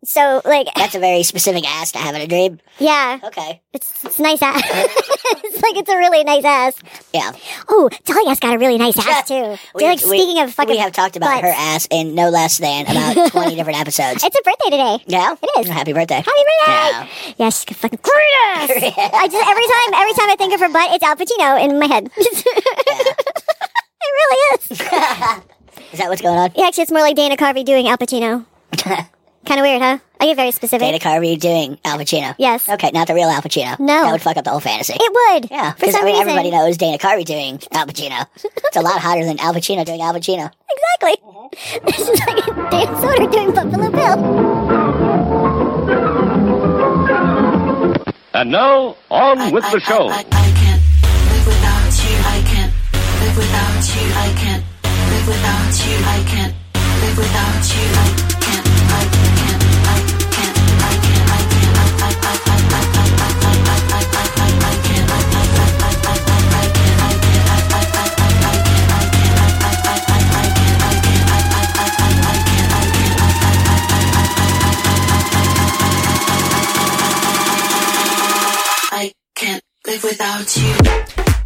[SPEAKER 6] So like,
[SPEAKER 7] That's a very specific ass to have in a dream.
[SPEAKER 6] yeah,
[SPEAKER 7] Okay.
[SPEAKER 6] it's it's nice ass. it's like it's a really nice ass.
[SPEAKER 7] Yeah.
[SPEAKER 6] Oh, Dahlia's got a really nice ass too.
[SPEAKER 7] We-
[SPEAKER 6] like
[SPEAKER 7] we-
[SPEAKER 6] speaking of fucking,
[SPEAKER 7] We have talked about
[SPEAKER 6] butts.
[SPEAKER 7] her ass in no less than about 20 different episodes.
[SPEAKER 6] It's a birthday today.
[SPEAKER 7] Yeah?
[SPEAKER 6] It is.
[SPEAKER 7] Happy birthday.
[SPEAKER 6] Happy birthday! Yeah, she's got fucking great ass. I just every time, every time I think of her butt, it's Al Pacino in my head. it really is.
[SPEAKER 7] Is that what's going on?
[SPEAKER 6] Yeah, actually, it's more like Dana Carvey doing Al Pacino. kind of weird, huh? I get very specific.
[SPEAKER 7] Dana Carvey doing Al Pacino.
[SPEAKER 6] Yes.
[SPEAKER 7] Okay, not the real Al Pacino.
[SPEAKER 6] No.
[SPEAKER 7] That would fuck up the whole fantasy.
[SPEAKER 6] it would.
[SPEAKER 7] yeah,
[SPEAKER 6] for
[SPEAKER 7] because
[SPEAKER 6] some
[SPEAKER 7] I mean,
[SPEAKER 6] reason.
[SPEAKER 7] everybody knows Dana Carvey doing Al Pacino. It's a lot hotter than Al Pacino doing Al Pacino.
[SPEAKER 6] Exactly. This is like Dana Soder doing Buffalo Bill.
[SPEAKER 5] And now, on with the show.
[SPEAKER 8] I, I, I can't live without you. I can't live without you. I can't live without you. I can't live without you. I can't. I can't. I can't. I can't. I can't. I I I I I I I I I I I I I can't. I I I I I I I can't. I can't. I I I I I can't. I can't. I I I I I can't. I can't. I I I I I can't. I can't. I can't live without you.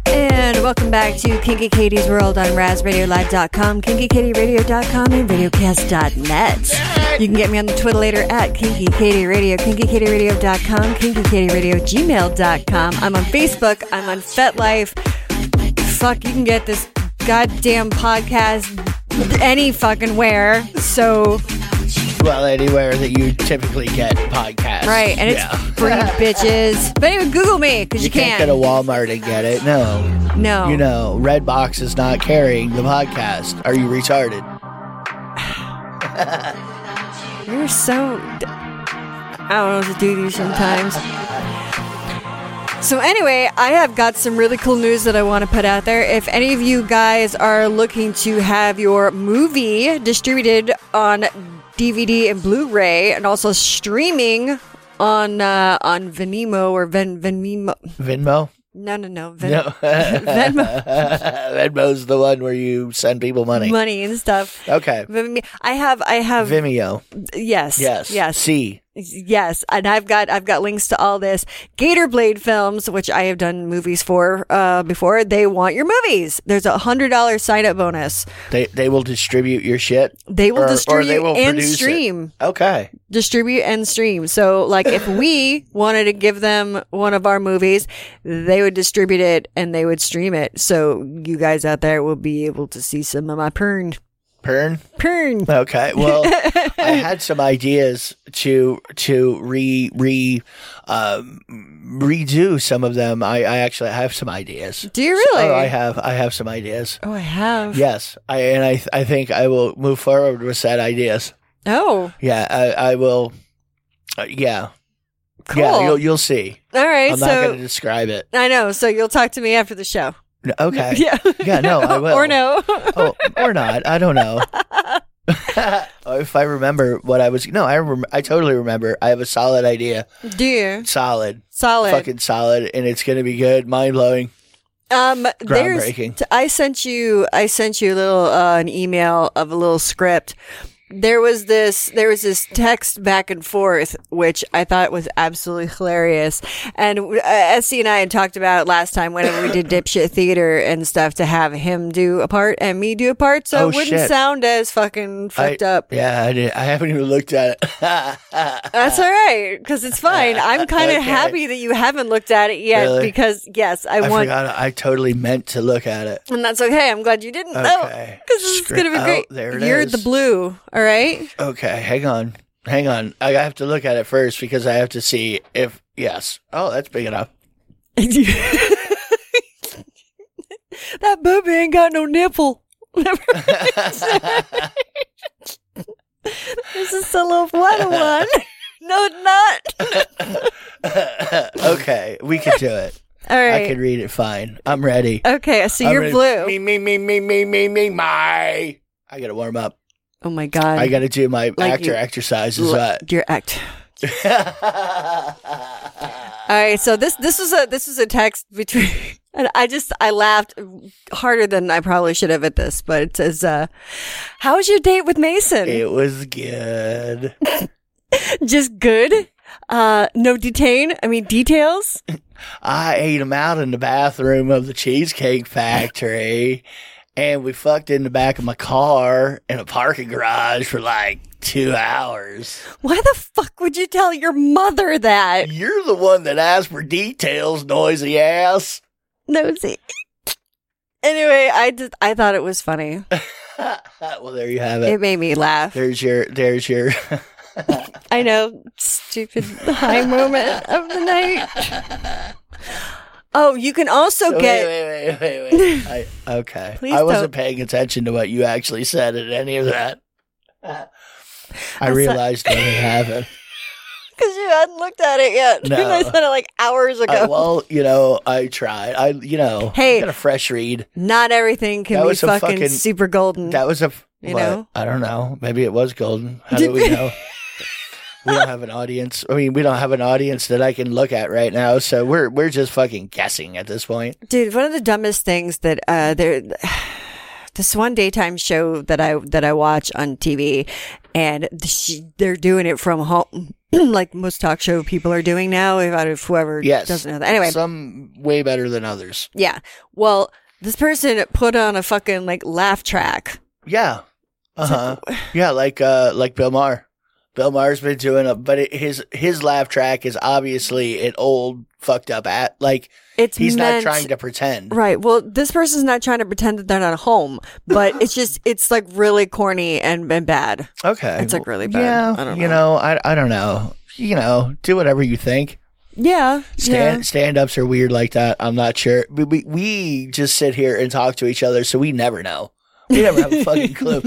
[SPEAKER 3] And welcome back to Kinky Katie's World on RazRadioLive.com, KinkyKatieRadio.com, and RadioCast.net. You can get me on the Twitter later at Kinky Katie Radio, KinkyKatieRadio.com, KinkyKatieRadio.gmail.com. I'm on Facebook. I'm on FetLife. Fuck, you can get this goddamn podcast any fucking where. So,
[SPEAKER 4] Well, anywhere that you typically get podcasts.
[SPEAKER 3] right. And it's
[SPEAKER 4] Yeah.
[SPEAKER 3] free, bitches. But anyway, Google me because you,
[SPEAKER 4] You can't go to Walmart and get it. No.
[SPEAKER 3] No.
[SPEAKER 4] You know, Redbox is not carrying the podcast. Are you retarded?
[SPEAKER 3] You're so. d- I don't know what to do to you sometimes. So, anyway, I have got some really cool news that I want to put out there. If any of you guys are looking to have your movie distributed on DVD and Blu ray and also streaming on uh, on Venimo or Ven Venimo.
[SPEAKER 4] Venmo?
[SPEAKER 3] No, no, no. Ven-
[SPEAKER 4] No.
[SPEAKER 3] Venmo
[SPEAKER 4] Venmo's the one where you send people money.
[SPEAKER 3] money and stuff.
[SPEAKER 4] Okay.
[SPEAKER 3] Vimeo- I have, I have,
[SPEAKER 4] Vimeo.
[SPEAKER 3] yes,
[SPEAKER 4] Yes.
[SPEAKER 3] yes.
[SPEAKER 4] C.
[SPEAKER 3] Yes, and I've got I've got links to all this Gator Blade Films, which I have done movies for uh, before. They want your movies. There's a hundred dollar sign up bonus.
[SPEAKER 4] They they will distribute your shit.
[SPEAKER 3] They will
[SPEAKER 4] Or- or
[SPEAKER 3] distribute
[SPEAKER 4] they will
[SPEAKER 3] and
[SPEAKER 4] produce it.
[SPEAKER 3] stream,
[SPEAKER 4] Okay.
[SPEAKER 3] distribute and stream. So, like, if we wanted to give them one of our movies, they would distribute it and they would stream it. So, you guys out there will be able to see some of my pern
[SPEAKER 4] Pern.
[SPEAKER 3] pern.
[SPEAKER 4] Okay. Well, I had some ideas to to re re um, redo some of them. I, I actually have some ideas.
[SPEAKER 3] Do you really?
[SPEAKER 4] Oh, I have I have some ideas.
[SPEAKER 3] Oh, I have.
[SPEAKER 4] Yes, I and I I think I will move forward with said ideas.
[SPEAKER 3] Oh,
[SPEAKER 4] Yeah, I, I will. uh, yeah,
[SPEAKER 3] cool.
[SPEAKER 4] yeah. You'll you'll see.
[SPEAKER 3] all right,
[SPEAKER 4] I'm
[SPEAKER 3] so.
[SPEAKER 4] not going to describe it.
[SPEAKER 3] I know. So you'll talk to me after the show.
[SPEAKER 4] No, Okay.
[SPEAKER 3] Yeah.
[SPEAKER 4] Uh, Yeah, no, I will.
[SPEAKER 3] or no.
[SPEAKER 4] oh, or not. I don't know. Oh, if I remember what I was, no, I rem- I totally remember. I have a solid idea.
[SPEAKER 3] Dear.
[SPEAKER 4] Solid,
[SPEAKER 3] Solid.
[SPEAKER 4] fucking solid, and it's gonna be good. Mind blowing.
[SPEAKER 3] um there's
[SPEAKER 4] groundbreaking.
[SPEAKER 3] t- I sent you I sent you a little uh, an email of a little script. There was this there was this text back and forth which I thought was absolutely hilarious. And uh, SC and I had talked about last time whenever we did dipshit theater and stuff to have him do a part and me do a part so
[SPEAKER 4] Oh,
[SPEAKER 3] it wouldn't
[SPEAKER 4] shit.
[SPEAKER 3] sound as fucking fucked
[SPEAKER 4] I-
[SPEAKER 3] up.
[SPEAKER 4] Yeah, I did. I haven't even looked at it.
[SPEAKER 3] That's all right because it's fine. I'm kind of
[SPEAKER 4] Uh, Okay.
[SPEAKER 3] happy that you haven't looked at it yet
[SPEAKER 4] Really?
[SPEAKER 3] because yes, I,
[SPEAKER 4] I
[SPEAKER 3] want,
[SPEAKER 4] forgot. I totally meant to look at it.
[SPEAKER 3] and that's okay. I'm glad you didn't though
[SPEAKER 4] Okay.
[SPEAKER 3] because Oh, this is
[SPEAKER 4] Script-
[SPEAKER 3] gonna be
[SPEAKER 4] oh,
[SPEAKER 3] great.
[SPEAKER 4] there it
[SPEAKER 3] You're
[SPEAKER 4] is.
[SPEAKER 3] the blue, all right?
[SPEAKER 4] Okay, hang on, hang on. I have to look at it first because I have to see if yes. Oh, that's big enough.
[SPEAKER 3] that booby ain't got no nipple. this is a little fun one. No, it's not.
[SPEAKER 4] okay, we can do it.
[SPEAKER 3] All
[SPEAKER 4] I can
[SPEAKER 3] right.
[SPEAKER 4] read it fine. I'm ready.
[SPEAKER 3] Okay, so
[SPEAKER 4] I'm
[SPEAKER 3] you're
[SPEAKER 4] ready.
[SPEAKER 3] blue.
[SPEAKER 4] Me, me, me, me, me, me, me, my. I gotta warm up.
[SPEAKER 3] oh my god.
[SPEAKER 4] I gotta do my
[SPEAKER 3] Like
[SPEAKER 4] actor
[SPEAKER 3] you-
[SPEAKER 4] exercises.
[SPEAKER 3] L-
[SPEAKER 4] uh,
[SPEAKER 3] Your act. All right, so this this was a this was a text between, and I just I laughed harder than I probably should have at this, but it says, uh, "How was your date with Mason?
[SPEAKER 4] it was good.
[SPEAKER 3] Just good. Uh, no detain. I mean details.
[SPEAKER 4] I ate him out in the bathroom of the Cheesecake Factory, and we fucked in the back of my car in a parking garage for like two hours.
[SPEAKER 3] Why the fuck would you tell your mother that?
[SPEAKER 4] You're the one that asked for details, noisy ass.
[SPEAKER 3] Nosy." Anyway, I just I thought it was funny.
[SPEAKER 4] well, there you have
[SPEAKER 3] It
[SPEAKER 4] it.
[SPEAKER 3] made me laugh.
[SPEAKER 4] There's your, there's your.
[SPEAKER 3] I know, stupid high moment of the night. Oh, you can also
[SPEAKER 4] wait,
[SPEAKER 3] get.
[SPEAKER 4] wait, wait, wait, wait. I, okay,
[SPEAKER 3] Please
[SPEAKER 4] I wasn't
[SPEAKER 3] don't.
[SPEAKER 4] paying attention to what you actually said in any of that. I realized when it happened.
[SPEAKER 3] Because you hadn't looked at it yet.
[SPEAKER 4] No.
[SPEAKER 3] I said it like hours ago.
[SPEAKER 4] I, Uh, well, you know, I tried. I, you know,
[SPEAKER 3] Hey.
[SPEAKER 4] got a fresh read.
[SPEAKER 3] Not everything
[SPEAKER 4] That
[SPEAKER 3] can be
[SPEAKER 4] was a
[SPEAKER 3] fucking,
[SPEAKER 4] fucking-
[SPEAKER 3] super golden.
[SPEAKER 4] That was a.
[SPEAKER 3] You
[SPEAKER 4] what?
[SPEAKER 3] know?
[SPEAKER 4] I don't know. Maybe it was golden. How do we know? we don't have an audience. I mean, we don't have an audience that I can look at right now. So we're we're just fucking guessing at this point.
[SPEAKER 3] Dude, one of the dumbest things that uh, there. This one daytime show that I that I watch on TV, and she, they're doing it from home, like most talk show people are doing now. If I- if whoever
[SPEAKER 4] Yes.
[SPEAKER 3] doesn't know that, anyway,
[SPEAKER 4] some way better than others.
[SPEAKER 3] yeah. Well, this person put on a fucking like laugh track.
[SPEAKER 4] Yeah. Uh huh. yeah, like uh, like Bill Maher. Bill Maher's been doing a, but it, his his laugh track is obviously an old fucked up at like
[SPEAKER 3] It's
[SPEAKER 4] he's
[SPEAKER 3] meant,
[SPEAKER 4] not trying to pretend.
[SPEAKER 3] Right. Well, this person's not trying to pretend that they're not home, but it's just it's like really corny and, and bad.
[SPEAKER 4] Okay.
[SPEAKER 3] It's, like, really bad.
[SPEAKER 4] Yeah.
[SPEAKER 3] I don't
[SPEAKER 4] you know, I, I don't know. You know, do whatever you think.
[SPEAKER 3] Yeah.
[SPEAKER 4] Stand stand ups are weird like that. I'm not sure. We, we we just sit here and talk to each other, so we never know. We never have a fucking clue.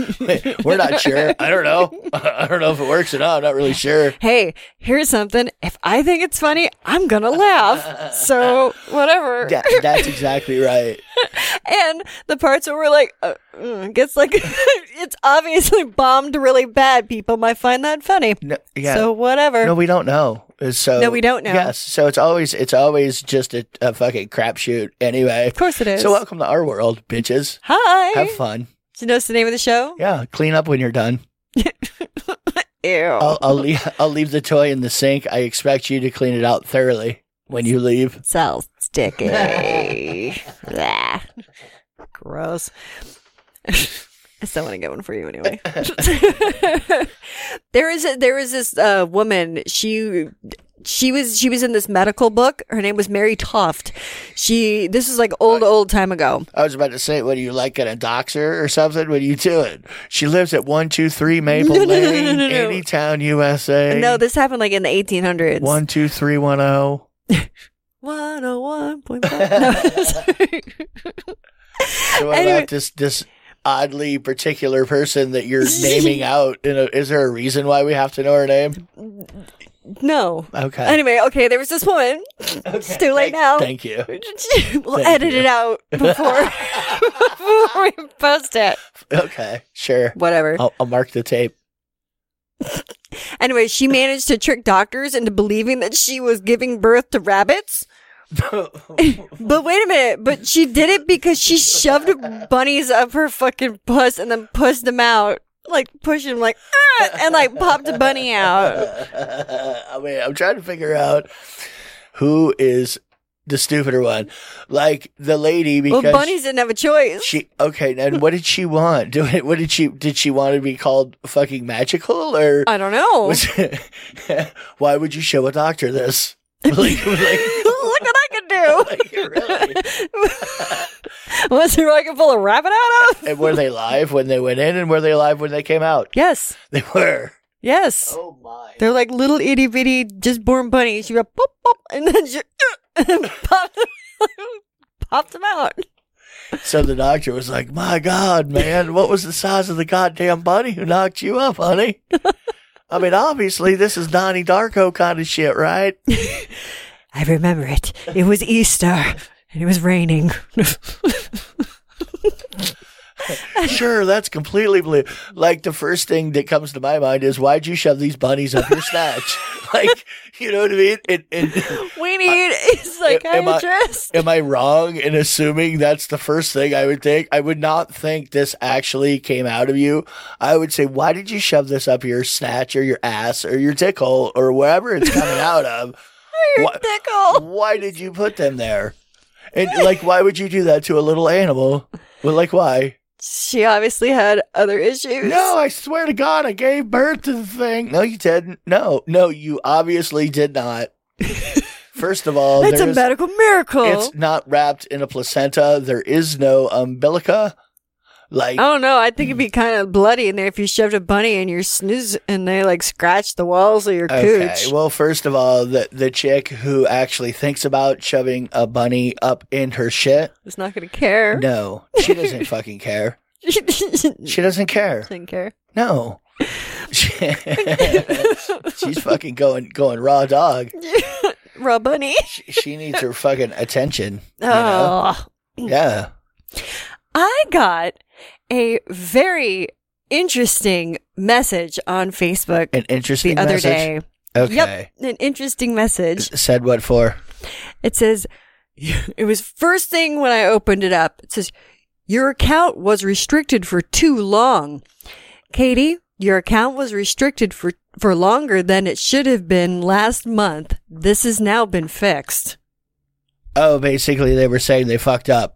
[SPEAKER 4] We're not sure. I don't know. I don't know if it works or not. I'm not really sure.
[SPEAKER 3] Hey, here's something. If I think it's funny, I'm gonna laugh. So whatever.
[SPEAKER 4] Yeah, that's exactly right.
[SPEAKER 3] And the parts where we're like, uh, mm, gets like it's obviously bombed really bad. People might find that funny.
[SPEAKER 4] No, yeah.
[SPEAKER 3] So whatever.
[SPEAKER 4] no, we don't know. Uh, So
[SPEAKER 3] No, we don't know.
[SPEAKER 4] Yes. So it's always it's always just a, a fucking crapshoot. Anyway.
[SPEAKER 3] of course it is.
[SPEAKER 4] So welcome to our world, bitches.
[SPEAKER 3] Hi.
[SPEAKER 4] Have fun.
[SPEAKER 3] Do you know what's the name of the show?
[SPEAKER 4] Yeah. Clean up when you're done.
[SPEAKER 3] Ew.
[SPEAKER 4] I'll I'll leave, I'll leave the toy in the sink. I expect you to clean it out thoroughly when you leave.
[SPEAKER 3] so sticky. Blah. Gross. I still want to get one for you anyway. there is a, there is this uh, woman. She she was she was in this medical book. Her name was Mary Toft. She this is like old old time ago.
[SPEAKER 4] I was about to say, what do you like gonna dox her or something? What are you doing? She lives at one two three Maple
[SPEAKER 3] No, no, no, no,
[SPEAKER 4] Lane,
[SPEAKER 3] no, no.
[SPEAKER 4] Anytown, USA.
[SPEAKER 3] No, this happened like in the 1800s.
[SPEAKER 4] one two three one oh. zero.
[SPEAKER 3] 101.5. No,
[SPEAKER 4] So what
[SPEAKER 3] Anyway.
[SPEAKER 4] about this this oddly particular person that you're naming out? You know, is there a reason why we have to know her name?
[SPEAKER 3] no.
[SPEAKER 4] Okay.
[SPEAKER 3] Anyway, okay, there was this woman. it's too late now.
[SPEAKER 4] Thank you.
[SPEAKER 3] we'll
[SPEAKER 4] Thank
[SPEAKER 3] edit
[SPEAKER 4] you.
[SPEAKER 3] it out before, before we post it.
[SPEAKER 4] Okay, sure.
[SPEAKER 3] Whatever.
[SPEAKER 4] I'll, I'll mark the tape.
[SPEAKER 3] Anyway, she managed to trick doctors into believing that she was giving birth to rabbits. but wait a minute. But she did it because she shoved bunnies up her fucking puss and then pushed them out. Like pushed him like "Ah," and like popped a bunny out.
[SPEAKER 4] I mean, I'm trying to figure out who is the stupider one. Like the lady
[SPEAKER 3] Well,
[SPEAKER 4] because
[SPEAKER 3] bunnies didn't have a choice.
[SPEAKER 4] she okay. And what did she want? Do it. What did she? Did she want to be called fucking magical or?
[SPEAKER 3] I don't know.
[SPEAKER 4] was it- why would you show a doctor this? Like, like,
[SPEAKER 3] Look what I can do.
[SPEAKER 4] like, really?
[SPEAKER 3] What's the I can pull a rabbit out of?
[SPEAKER 4] And were they live when they went in, and were they live when they came out?
[SPEAKER 3] Yes.
[SPEAKER 4] They were.
[SPEAKER 3] Yes.
[SPEAKER 4] Oh my!
[SPEAKER 3] They're like little itty bitty, just born bunnies. She went pop, pop, and then she and popped, popped them out.
[SPEAKER 4] So the doctor was like, "My God, man, what was the size of the goddamn bunny who knocked you up, honey?" I mean, obviously, this is Donnie Darko kind of shit, right?
[SPEAKER 3] I remember it. It was Easter and it was raining.
[SPEAKER 4] Sure, that's completely blue. Like the first thing that comes to my mind is, "Why'd you shove these bunnies up your snatch?" like, you know what I mean? It, it,
[SPEAKER 3] we need a
[SPEAKER 4] am I-
[SPEAKER 3] psychiatrist.
[SPEAKER 4] Am I wrong in assuming that's the first thing I would think? I would not think this actually came out of you. I would say, why did you shove this up your snatch or your ass or your dick hole or wherever it's coming out of? Why,
[SPEAKER 3] Dick hole.
[SPEAKER 4] why did you put them there? And like, why would you do that to a little animal? Well, like, why?
[SPEAKER 3] She obviously had other issues.
[SPEAKER 4] No, I swear to God, I gave birth to the thing. No, you didn't. No, no, you obviously did not. First of all,
[SPEAKER 3] That's a
[SPEAKER 4] there's-
[SPEAKER 3] medical miracle.
[SPEAKER 4] It's not wrapped in a placenta. There is no umbilica. Like,
[SPEAKER 3] I don't know. I think it'd be kind of bloody in there if you shoved a bunny in your snooze and they like scratched the walls of your
[SPEAKER 4] okay.
[SPEAKER 3] cooch.
[SPEAKER 4] Well, first of all, the, the chick who actually thinks about shoving a bunny up in her shit,
[SPEAKER 3] it's not gonna care.
[SPEAKER 4] no, she doesn't fucking care. She doesn't care.
[SPEAKER 3] Didn't care.
[SPEAKER 4] No. She's fucking going going raw dog.
[SPEAKER 3] Raw bunny.
[SPEAKER 4] She, she needs her fucking attention. You know?
[SPEAKER 3] Oh,
[SPEAKER 4] Yeah.
[SPEAKER 3] I got a very interesting message on Facebook
[SPEAKER 4] An interesting
[SPEAKER 3] the other
[SPEAKER 4] message.
[SPEAKER 3] day.
[SPEAKER 4] Okay.
[SPEAKER 3] Yep, an interesting message.
[SPEAKER 4] Said what for?
[SPEAKER 3] It says, it was first thing when I opened it up. It says, your account was restricted for too long. Katie, your account was restricted for, for longer than it should have been last month. This has now been fixed.
[SPEAKER 4] Oh, basically they were saying they fucked up.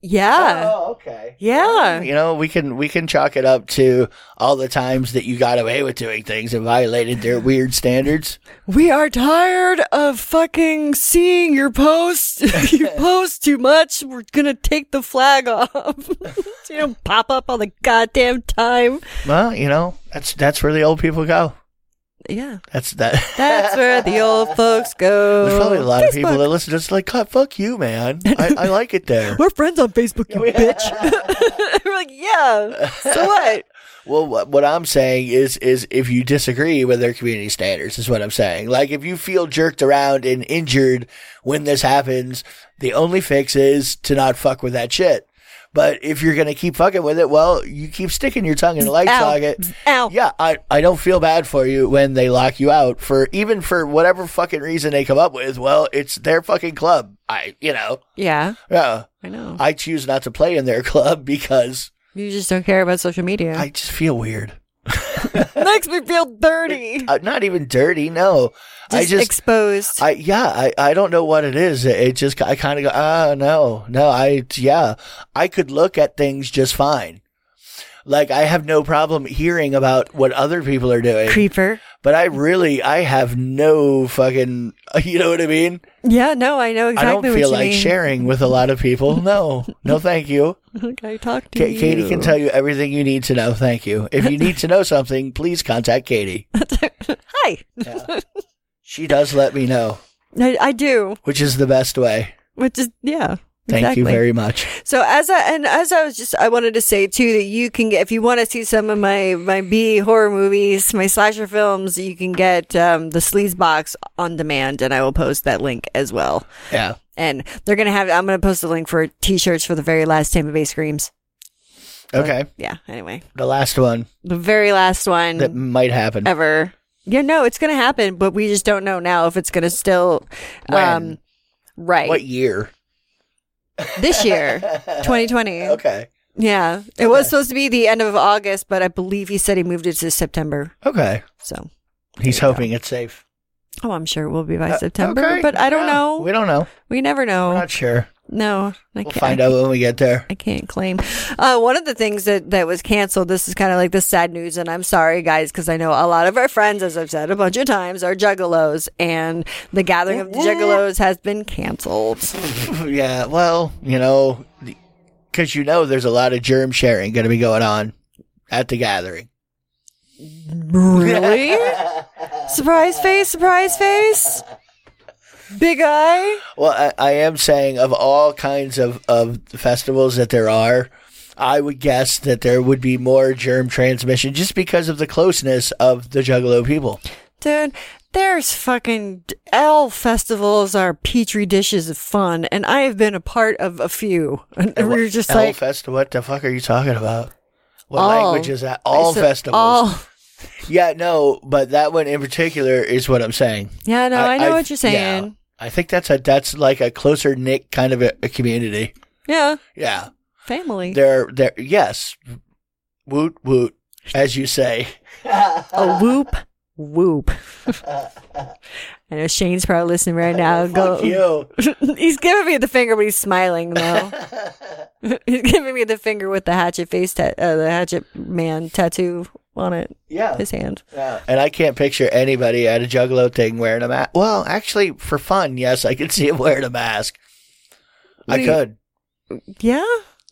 [SPEAKER 3] Yeah.
[SPEAKER 4] Oh, okay.
[SPEAKER 3] Yeah.
[SPEAKER 4] You know, we can we can chalk it up to all the times that you got away with doing things and violated their weird standards.
[SPEAKER 3] We are tired of fucking seeing your posts. you post too much. We're going to take the flag off. you don't pop up all the goddamn time.
[SPEAKER 4] Well, you know, that's that's where the old people go.
[SPEAKER 3] Yeah.
[SPEAKER 4] That's that.
[SPEAKER 3] That's where the old folks go.
[SPEAKER 4] There's probably a lot of people
[SPEAKER 3] Facebook.
[SPEAKER 4] that listen to this like, God, fuck you, man. I, I like it there.
[SPEAKER 3] We're friends on Facebook, you bitch. We're like, yeah. So what?
[SPEAKER 4] Well, what, what I'm saying is, is if you disagree with their community standards, is what I'm saying. Like, if you feel jerked around and injured when this happens, the only fix is to not fuck with that shit. But if you're gonna keep fucking with it, well, you keep sticking your tongue in a light
[SPEAKER 3] Ow.
[SPEAKER 4] socket.
[SPEAKER 3] Ow.
[SPEAKER 4] Yeah, I, I don't feel bad for you when they lock you out for even for whatever fucking reason they come up with. Well, it's their fucking club. I, you know,
[SPEAKER 3] Yeah,
[SPEAKER 4] yeah.
[SPEAKER 3] I know.
[SPEAKER 4] I choose not to play in their club because
[SPEAKER 3] You just don't care about social media.
[SPEAKER 4] I just feel weird.
[SPEAKER 3] Makes me feel dirty.
[SPEAKER 4] uh, not even dirty. No, I
[SPEAKER 3] Just
[SPEAKER 4] just,
[SPEAKER 3] exposed.
[SPEAKER 4] I yeah, I, I don't know what it is. It, it just I kind of go, ah, no, no, I yeah, I could look at things just fine. Like I have no problem hearing about what other people are doing,
[SPEAKER 3] Creeper.
[SPEAKER 4] but I really I have no fucking, you know what I mean.
[SPEAKER 3] Yeah, no, I know exactly
[SPEAKER 4] I don't
[SPEAKER 3] what
[SPEAKER 4] feel
[SPEAKER 3] you
[SPEAKER 4] like
[SPEAKER 3] mean.
[SPEAKER 4] sharing with a lot of people. No, no, thank you.
[SPEAKER 3] Okay, talk to
[SPEAKER 4] Ka-
[SPEAKER 3] you.
[SPEAKER 4] Katie can tell you everything you need to know. Thank you. If you need to know something, please contact Katie.
[SPEAKER 3] Hi.
[SPEAKER 4] She does let me know,
[SPEAKER 3] I, I do,
[SPEAKER 4] which is the best way.
[SPEAKER 3] which is yeah.
[SPEAKER 4] Thank
[SPEAKER 3] exactly.
[SPEAKER 4] you very much.
[SPEAKER 3] So as I and as I was just, I wanted to say too that you can get if you want to see some of my my B horror movies, my slasher films, you can get um, the Sleaze Box on demand, and I will post that link as well.
[SPEAKER 4] Yeah.
[SPEAKER 3] And they're gonna have I'm gonna post a link for T-shirts for the very last Tampa Bay Screams.
[SPEAKER 4] Okay.
[SPEAKER 3] Yeah. Anyway,
[SPEAKER 4] The last one
[SPEAKER 3] the very last one
[SPEAKER 4] that might happen.
[SPEAKER 3] ever. Yeah, no, it's gonna happen, but we just don't know now if it's gonna still. Um,
[SPEAKER 4] When?
[SPEAKER 3] right.
[SPEAKER 4] What year?
[SPEAKER 3] This year, 2020.
[SPEAKER 4] Okay.
[SPEAKER 3] Yeah. It was supposed to be the end of August, but I believe he said he moved it to September.
[SPEAKER 4] Okay.
[SPEAKER 3] So,
[SPEAKER 4] He's hoping it's safe.
[SPEAKER 3] oh, I'm sure it will be by
[SPEAKER 4] Uh,
[SPEAKER 3] September,
[SPEAKER 4] okay.
[SPEAKER 3] but I don't
[SPEAKER 4] Yeah.
[SPEAKER 3] know.
[SPEAKER 4] We don't know.
[SPEAKER 3] We never
[SPEAKER 4] We're
[SPEAKER 3] know.
[SPEAKER 4] not sure.
[SPEAKER 3] No, I
[SPEAKER 4] We'll
[SPEAKER 3] can't.
[SPEAKER 4] find out when we get there.
[SPEAKER 3] I can't claim. Uh, one of the things that, that was canceled, this is kind of like the sad news, and I'm sorry, guys, because I know a lot of our friends, as I've said a bunch of times, are juggalos, and the gathering of the juggalos has been canceled.
[SPEAKER 4] yeah. Well, you know, because you know there's a lot of germ sharing going to be going on at the gathering.
[SPEAKER 3] Really? surprise face, surprise face. Big Eye.
[SPEAKER 4] Well, I, I am saying of all kinds of, of festivals that there are, I would guess that there would be more germ transmission just because of the closeness of the Juggalo people.
[SPEAKER 3] Dude, there's fucking L festivals are petri dishes of fun, and I have been a part of a few. And we were just like
[SPEAKER 4] Hellfest, what the fuck are you talking about? What
[SPEAKER 3] all.
[SPEAKER 4] language is that? All
[SPEAKER 3] I said,
[SPEAKER 4] festivals.
[SPEAKER 3] All.
[SPEAKER 4] Yeah, no, but that one in particular is what I'm saying.
[SPEAKER 3] Yeah, no, I, know
[SPEAKER 4] I've-
[SPEAKER 3] what you're saying.
[SPEAKER 4] yeah. I think that's a that's like a closer knit kind of a, a community.
[SPEAKER 3] Yeah,
[SPEAKER 4] Yeah,
[SPEAKER 3] family.
[SPEAKER 4] there, there. Yes, woot woot, as you say.
[SPEAKER 3] a whoop, whoop. I know Shane's probably listening right now. Go.
[SPEAKER 4] Fuck you.
[SPEAKER 3] he's giving me the finger, but he's smiling though. he's giving me the finger with the hatchet face, ta- uh, the hatchet man tattoo on it.
[SPEAKER 4] Yeah.
[SPEAKER 3] his hand.
[SPEAKER 4] And I can't picture anybody at a Juggalo thing wearing a mask. Well, actually, for fun, yes, I could see him wearing a mask. I
[SPEAKER 3] We-
[SPEAKER 4] could.
[SPEAKER 3] Yeah,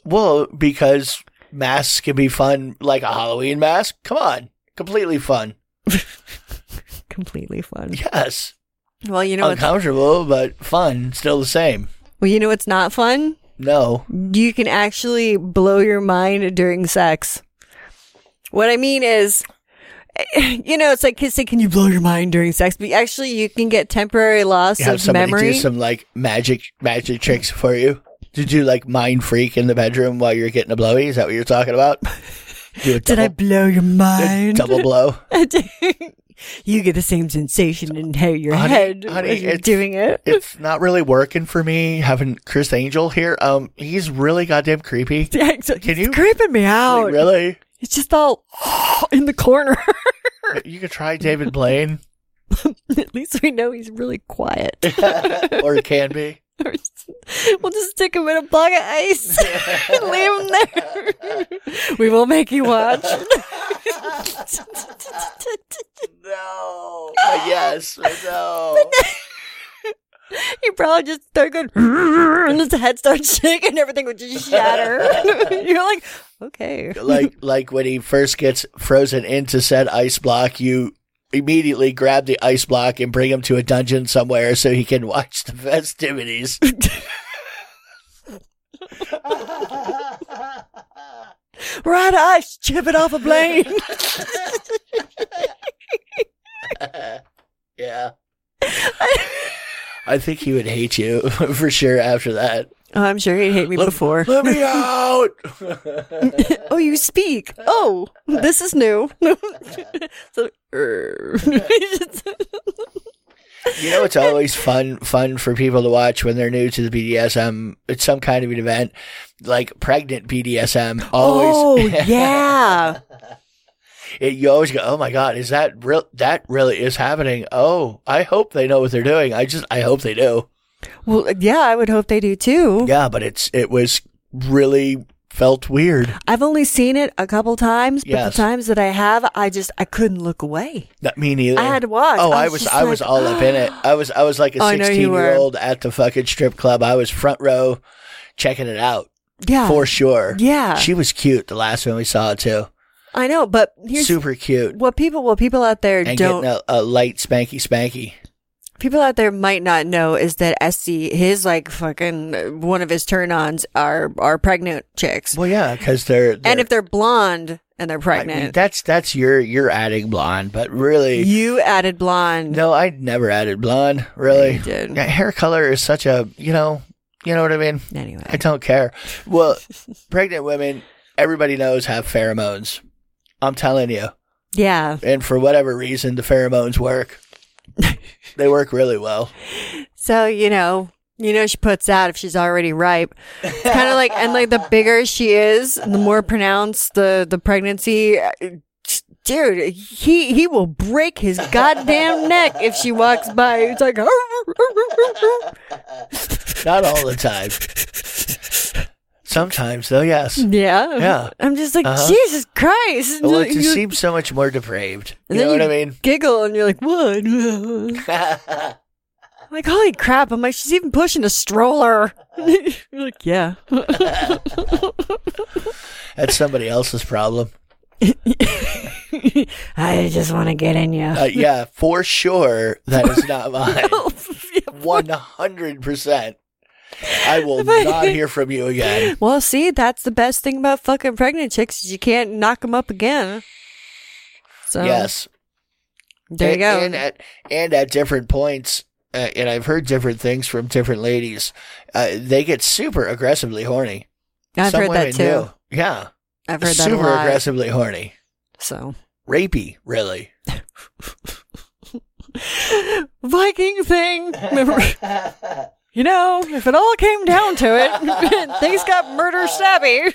[SPEAKER 4] Well, because masks can be fun, like a Halloween mask. Come on, completely fun.
[SPEAKER 3] completely fun.
[SPEAKER 4] Yes,
[SPEAKER 3] Well, you
[SPEAKER 4] Oh,
[SPEAKER 3] know what's
[SPEAKER 4] uncomfortable, but fun. Still the same.
[SPEAKER 3] well, you know what's not fun.
[SPEAKER 4] No.
[SPEAKER 3] You can actually blow your mind during sex. What I mean is, you know, it's like kids say, "Can you blow your mind during sex?" But actually, you can get temporary loss
[SPEAKER 4] You have
[SPEAKER 3] of
[SPEAKER 4] somebody
[SPEAKER 3] memory.
[SPEAKER 4] do some like magic magic tricks for you. To do like mind freak in the bedroom while you're getting a blowy. Is that what you're talking about? Do a
[SPEAKER 3] Did I
[SPEAKER 4] double, Uh,
[SPEAKER 3] blow your mind?
[SPEAKER 4] double blow.
[SPEAKER 3] you get the same sensation in how your
[SPEAKER 4] Honey,
[SPEAKER 3] head
[SPEAKER 4] honey,
[SPEAKER 3] when you're
[SPEAKER 4] it's-
[SPEAKER 3] doing it.
[SPEAKER 4] It's not really working for me having Chris Angel here. Um, he's really goddamn creepy.
[SPEAKER 3] Yeah, it's,
[SPEAKER 4] Can
[SPEAKER 3] it's
[SPEAKER 4] you-
[SPEAKER 3] creeping me out.
[SPEAKER 4] Like, really?
[SPEAKER 3] It's just all in the corner.
[SPEAKER 4] You could try David Blaine,
[SPEAKER 3] At least we know he's really quiet.
[SPEAKER 4] or it can be.
[SPEAKER 3] Or just- we'll just stick him in a block of ice and leave him there. we will make you watch.
[SPEAKER 4] No. yes. No.
[SPEAKER 3] he probably just start going, and his head starts shaking. Everything would just shatter. You're like, okay.
[SPEAKER 4] like like when he first gets frozen into said ice block, you immediately grab the ice block and bring him to a dungeon somewhere so he can watch the festivities.
[SPEAKER 3] We're out of ice. Chip it off a plane.
[SPEAKER 4] yeah. I think he would hate you for sure after that.
[SPEAKER 3] oh, I'm sure he'd hate me before.
[SPEAKER 4] Let me out.
[SPEAKER 3] oh, you speak. Oh, this is new. so, er.
[SPEAKER 4] You know, it's always fun fun for people to watch when they're new to the BDSM. It's some kind of an event, like pregnant BDSM.
[SPEAKER 3] oh,
[SPEAKER 4] Always,
[SPEAKER 3] yeah.
[SPEAKER 4] it, you always go, "Oh my god, is that real? That really is happening." Oh, I hope they know what they're doing. I just, I hope they do.
[SPEAKER 3] Well, yeah, I would hope they do too.
[SPEAKER 4] Yeah, but it's it was really felt weird.
[SPEAKER 3] I've only seen it a couple times, but
[SPEAKER 4] Yes.
[SPEAKER 3] the times that I have, I just I couldn't look away.
[SPEAKER 4] Not me neither.
[SPEAKER 3] I had to watch.
[SPEAKER 4] Oh,
[SPEAKER 3] I
[SPEAKER 4] I
[SPEAKER 3] was
[SPEAKER 4] was,
[SPEAKER 3] just
[SPEAKER 4] I was
[SPEAKER 3] like,
[SPEAKER 4] all up in it. I was, I was like a
[SPEAKER 3] Oh, I know you
[SPEAKER 4] sixteen year
[SPEAKER 3] were.
[SPEAKER 4] old at the fucking strip club. I was front row, checking it out
[SPEAKER 3] Yeah,
[SPEAKER 4] for sure.
[SPEAKER 3] Yeah.
[SPEAKER 4] she was cute. The last one we saw too,
[SPEAKER 3] I know. But here's
[SPEAKER 4] super cute.
[SPEAKER 3] what people, what people out there
[SPEAKER 4] And
[SPEAKER 3] don't,
[SPEAKER 4] getting a, a light spanky spanky.
[SPEAKER 3] people out there might not know is that SC, his like fucking one of his turn ons are are pregnant chicks,
[SPEAKER 4] Well, yeah, because they're,
[SPEAKER 3] and if they're blonde and they're
[SPEAKER 4] I mean,
[SPEAKER 3] pregnant,
[SPEAKER 4] that's that's your you're adding blonde, but really
[SPEAKER 3] you added blonde.
[SPEAKER 4] No, I never added blonde. Really,
[SPEAKER 3] you did.
[SPEAKER 4] Yeah, hair color is such a you know, you know what I mean.
[SPEAKER 3] Anyway,
[SPEAKER 4] I don't care. Well, pregnant women, everybody knows have pheromones. I'm telling you,
[SPEAKER 3] yeah.
[SPEAKER 4] and for whatever reason, the pheromones work. they work really well.
[SPEAKER 3] So you know, you know she puts out if she's already ripe. It's kind of like and like the bigger she is, the more pronounced the the pregnancy. uh, Dude, he he will break his goddamn neck if she walks by. It's like
[SPEAKER 4] Not all the time. Sometimes, though, yes.
[SPEAKER 3] yeah,
[SPEAKER 4] Yeah.
[SPEAKER 3] I'm just like
[SPEAKER 4] Uh-huh.
[SPEAKER 3] Jesus Christ.
[SPEAKER 4] Well, Oh, it
[SPEAKER 3] You-
[SPEAKER 4] just seems so much more depraved. You
[SPEAKER 3] and then
[SPEAKER 4] know what I mean?
[SPEAKER 3] Giggle and you're like, what? I'm like, holy crap! I'm like, she's even pushing a stroller. you're like, yeah.
[SPEAKER 4] That's somebody else's problem.
[SPEAKER 3] I just want to get in you.
[SPEAKER 4] Uh, yeah, for sure, that is not mine.
[SPEAKER 3] Yeah,
[SPEAKER 4] one hundred percent. I will not hear from you again.
[SPEAKER 3] Well, see, that's the best thing about fucking pregnant chicks is you can't knock them up again. So
[SPEAKER 4] yes,
[SPEAKER 3] there you
[SPEAKER 4] And-
[SPEAKER 3] go.
[SPEAKER 4] And uh, at, and at different points, uh, and I've heard different things from different ladies. Uh, they get super aggressively horny.
[SPEAKER 3] I've
[SPEAKER 4] Some
[SPEAKER 3] heard that
[SPEAKER 4] women
[SPEAKER 3] too.
[SPEAKER 4] do. Yeah,
[SPEAKER 3] I've heard that
[SPEAKER 4] super
[SPEAKER 3] a lot.
[SPEAKER 4] aggressively horny,
[SPEAKER 3] So
[SPEAKER 4] rapey, really.
[SPEAKER 3] Viking thing. Remember- you know, if it all came down to it, things got murder stabby.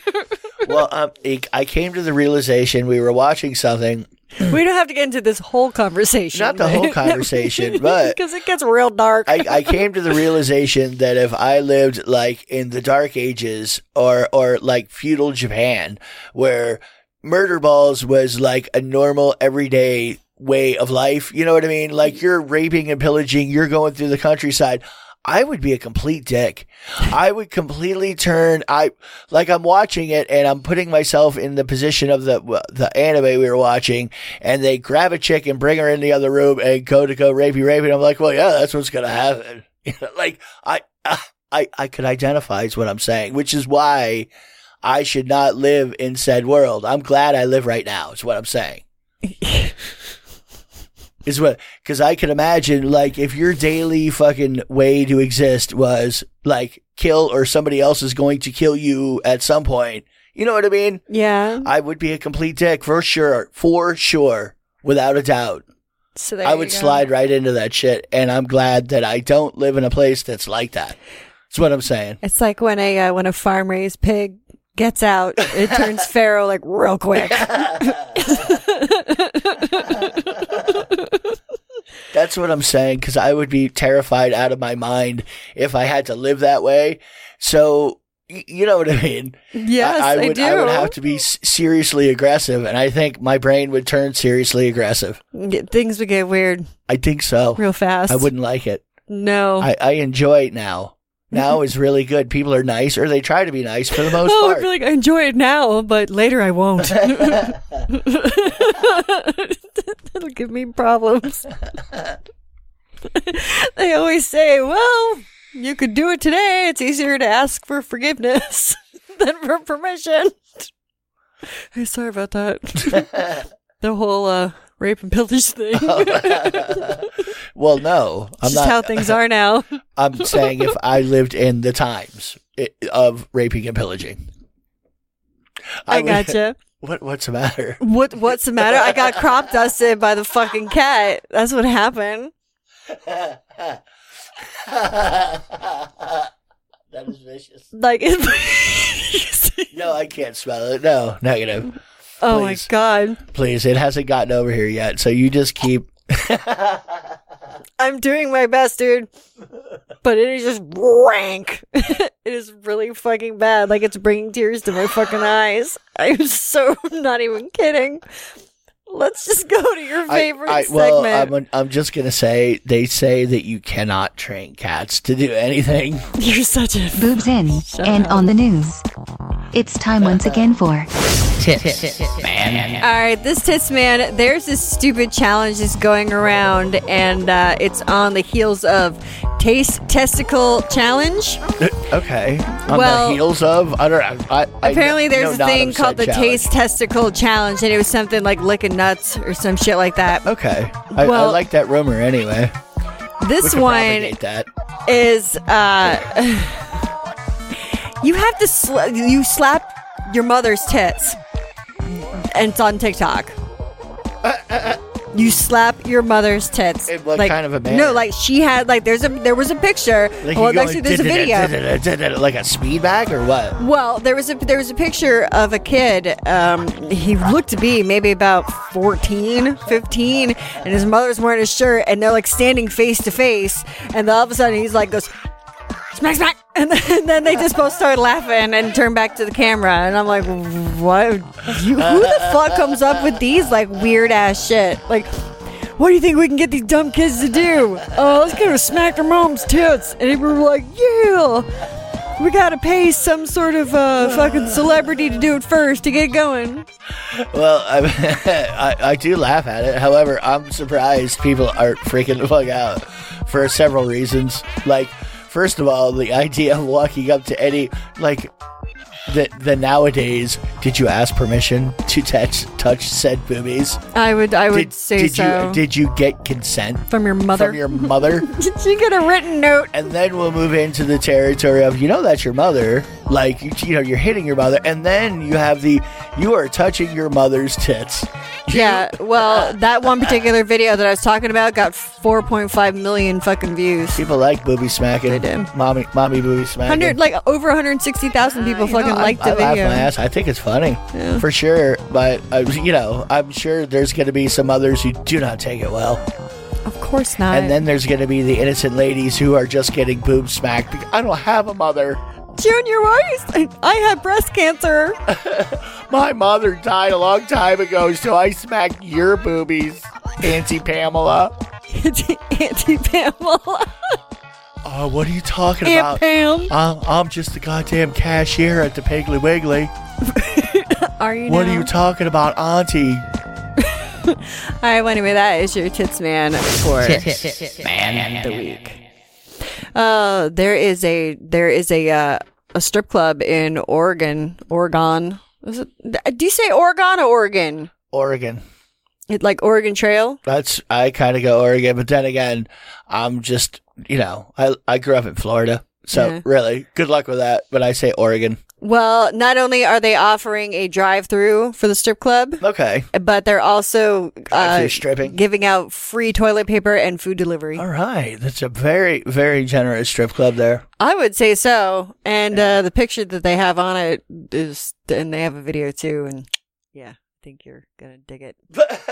[SPEAKER 4] well, um, I- I came to the realization we were watching something.
[SPEAKER 3] we don't have to get into this whole conversation.
[SPEAKER 4] Not the whole conversation, but-
[SPEAKER 3] because it gets real dark.
[SPEAKER 4] I, I came to the realization that if I lived like in the Dark Ages or or like feudal Japan, where murder balls was like a normal everyday way of life, you know what I mean? Like you're raping and pillaging, you're going through the countryside. I would be a complete dick. I would completely turn. I like I'm watching it and I'm putting myself in the position of the the anime we were watching, and they grab a chick and bring her in the other room and go to go rapey rapey. And I'm like, well, yeah, that's what's gonna happen. You know, like I, I I could identify is what I'm saying, which is why I should not live in said world. I'm glad I live right now. Is what I'm saying. Is what because I can imagine like if your daily fucking way to exist was like kill or somebody else is going to kill you at some point. You know what I mean?
[SPEAKER 3] yeah.
[SPEAKER 4] I would be a complete dick for sure, for sure, without a doubt.
[SPEAKER 3] So there
[SPEAKER 4] I
[SPEAKER 3] you
[SPEAKER 4] would
[SPEAKER 3] go.
[SPEAKER 4] slide right into that shit, and I'm glad that I don't live in a place that's like that. That's what I'm saying.
[SPEAKER 3] It's like when a uh, when a farm raised pig gets out, it turns feral like real quick.
[SPEAKER 4] That's what I'm saying because I would be terrified out of my mind if I had to live that way. So y- you know what I mean?
[SPEAKER 3] yes,
[SPEAKER 4] I,
[SPEAKER 3] I,
[SPEAKER 4] would.
[SPEAKER 3] do.
[SPEAKER 4] I would have to be s- seriously aggressive, and I think my brain would turn seriously aggressive.
[SPEAKER 3] Yeah, Things would get weird
[SPEAKER 4] I think so.
[SPEAKER 3] real fast.
[SPEAKER 4] I wouldn't like it.
[SPEAKER 3] No.
[SPEAKER 4] I, I enjoy it now. Now is really good. People are nice, or they try to be nice for the most
[SPEAKER 3] oh, I
[SPEAKER 4] part.
[SPEAKER 3] feel like I enjoy it now, but later I won't. That'll give me problems. they always say, well, you could do it today. It's easier to ask for forgiveness than for permission. Hey, sorry about that. the whole uh, rape and pillage thing.
[SPEAKER 4] well, no, I'm
[SPEAKER 3] Just
[SPEAKER 4] not.
[SPEAKER 3] how things are now.
[SPEAKER 4] I'm saying if I lived in the times i- of raping and pillaging,
[SPEAKER 3] I,
[SPEAKER 4] would-
[SPEAKER 3] gotcha.
[SPEAKER 4] What What's the matter?
[SPEAKER 3] What What's the matter? I got crop dusted by the fucking cat. That's what happened.
[SPEAKER 4] that is vicious.
[SPEAKER 3] Like, it-
[SPEAKER 4] No, I can't smell it. No, negative.
[SPEAKER 3] oh
[SPEAKER 4] Please.
[SPEAKER 3] my god,
[SPEAKER 4] Please, it hasn't gotten over here yet. So you just keep.
[SPEAKER 3] I'm doing my best, dude. But it is just rank. it is really fucking bad. Like it's bringing tears to my fucking eyes. I'm so not even kidding. Let's just go to your favorite
[SPEAKER 4] well,
[SPEAKER 3] segment.
[SPEAKER 4] I'm, I'm just gonna say they say that you cannot train cats to do anything.
[SPEAKER 3] You're such a
[SPEAKER 2] Boobs in and on the news. It's time once again for
[SPEAKER 3] All right, this tits man. There's this stupid challenge that's going around, and uh, it's on the heels of taste testicle challenge.
[SPEAKER 4] Okay. On
[SPEAKER 3] Well-
[SPEAKER 4] the heels of I don't. I, I,
[SPEAKER 3] Apparently,
[SPEAKER 4] I know
[SPEAKER 3] there's a
[SPEAKER 4] not
[SPEAKER 3] thing
[SPEAKER 4] of
[SPEAKER 3] called the
[SPEAKER 4] said challenge.
[SPEAKER 3] taste testicle challenge, and it was something like licking nuts or some shit like that.
[SPEAKER 4] Okay. I, I
[SPEAKER 3] Well-
[SPEAKER 4] like that rumor anyway. We
[SPEAKER 3] This
[SPEAKER 4] can
[SPEAKER 3] one
[SPEAKER 4] propagate that.
[SPEAKER 3] is uh, you have to sl- you slap your mother's tits, and it's on TikTok. You slap your mother's tits.
[SPEAKER 4] In what kind of a manner?
[SPEAKER 3] No, like she had like there's a there was a picture.
[SPEAKER 4] Like
[SPEAKER 3] well,
[SPEAKER 4] you go,
[SPEAKER 3] actually, there's a video.
[SPEAKER 4] Like a speed bag or what?
[SPEAKER 3] Well, there was a there was a picture of a kid. Um, he looked to be maybe about 14, 15, and his mother's wearing a shirt, and they're like standing face to face, and all of a sudden he's like goes. Smack, smack, and then, and then they just both start laughing and turn back to the camera, and I'm like, "What? You, who the fuck comes up with these like weird ass shit? Like, what do you think we can get these dumb kids to do? Oh, let's get her smack her mom's tits," and we were like, "Yeah." We gotta pay some sort of uh, fucking celebrity to do it first to get going.
[SPEAKER 4] Well, I, I I do laugh at it. However, I'm surprised people aren't freaking the fuck out for several reasons. Like, first of all, the idea of walking up to any like the the nowadays, did you ask permission to touch touch said boobies?
[SPEAKER 3] I would, I would
[SPEAKER 4] Did,
[SPEAKER 3] say
[SPEAKER 4] did
[SPEAKER 3] so.
[SPEAKER 4] you did you get consent
[SPEAKER 3] from your mother.
[SPEAKER 4] from your mother?
[SPEAKER 3] Did you get a written note?
[SPEAKER 4] and then we'll move into the territory of you know that's your mother like you, you know you're hitting your mother and then you have the you are touching your mother's tits
[SPEAKER 3] Yeah. Well, that one particular video that I was talking about got 4.5 million fucking views.
[SPEAKER 4] people like booby smacking
[SPEAKER 3] They do.
[SPEAKER 4] mommy mommy booby smacking
[SPEAKER 3] Hundred, like over 160,000 people
[SPEAKER 4] You know,
[SPEAKER 3] fucking
[SPEAKER 4] I-
[SPEAKER 3] liked
[SPEAKER 4] I
[SPEAKER 3] the
[SPEAKER 4] laugh
[SPEAKER 3] video.
[SPEAKER 4] my ass. I think it's funny for sure, but uh, you know, I'm sure there's going to be some others who do not take it well,
[SPEAKER 3] Of course not.
[SPEAKER 4] and then there's going to be the innocent ladies who are just getting boob smacked. Because I don't have a mother.
[SPEAKER 3] Junior, why are you? s- I had breast cancer.
[SPEAKER 4] My mother died a long time ago, so I smacked your boobies, Auntie Pamela.
[SPEAKER 3] Auntie Auntie Pamela.
[SPEAKER 4] Oh, what are you talking
[SPEAKER 3] Aunt
[SPEAKER 4] about?
[SPEAKER 3] Pam.
[SPEAKER 4] I'm, I'm just the goddamn cashier at the Piggly Wiggly.
[SPEAKER 3] Are you?
[SPEAKER 4] What
[SPEAKER 3] now?
[SPEAKER 4] are you talking about, Auntie?
[SPEAKER 3] All right, well, anyway, that is your Tits Man for Man the Week. Uh, there is a there is a uh, a strip club in Oregon, Oregon. Is it, do you say Oregon or Oregon?
[SPEAKER 4] Oregon.
[SPEAKER 3] It, like Oregon Trail?
[SPEAKER 4] That's I kind of go Oregon, but then again, I'm just you know I I grew up in Florida, so
[SPEAKER 3] Yeah.
[SPEAKER 4] really good luck with that. But I say Oregon.
[SPEAKER 3] Well, not only are they offering a drive-through for the strip club,
[SPEAKER 4] Okay,
[SPEAKER 3] but they're also uh,
[SPEAKER 4] Drive-thru stripping.
[SPEAKER 3] giving out free toilet paper and food delivery.
[SPEAKER 4] all right, that's a very very generous strip club there.
[SPEAKER 3] I would say so. And uh, the picture that they have on it is, and they have a video too. And yeah, I think you're gonna dig it.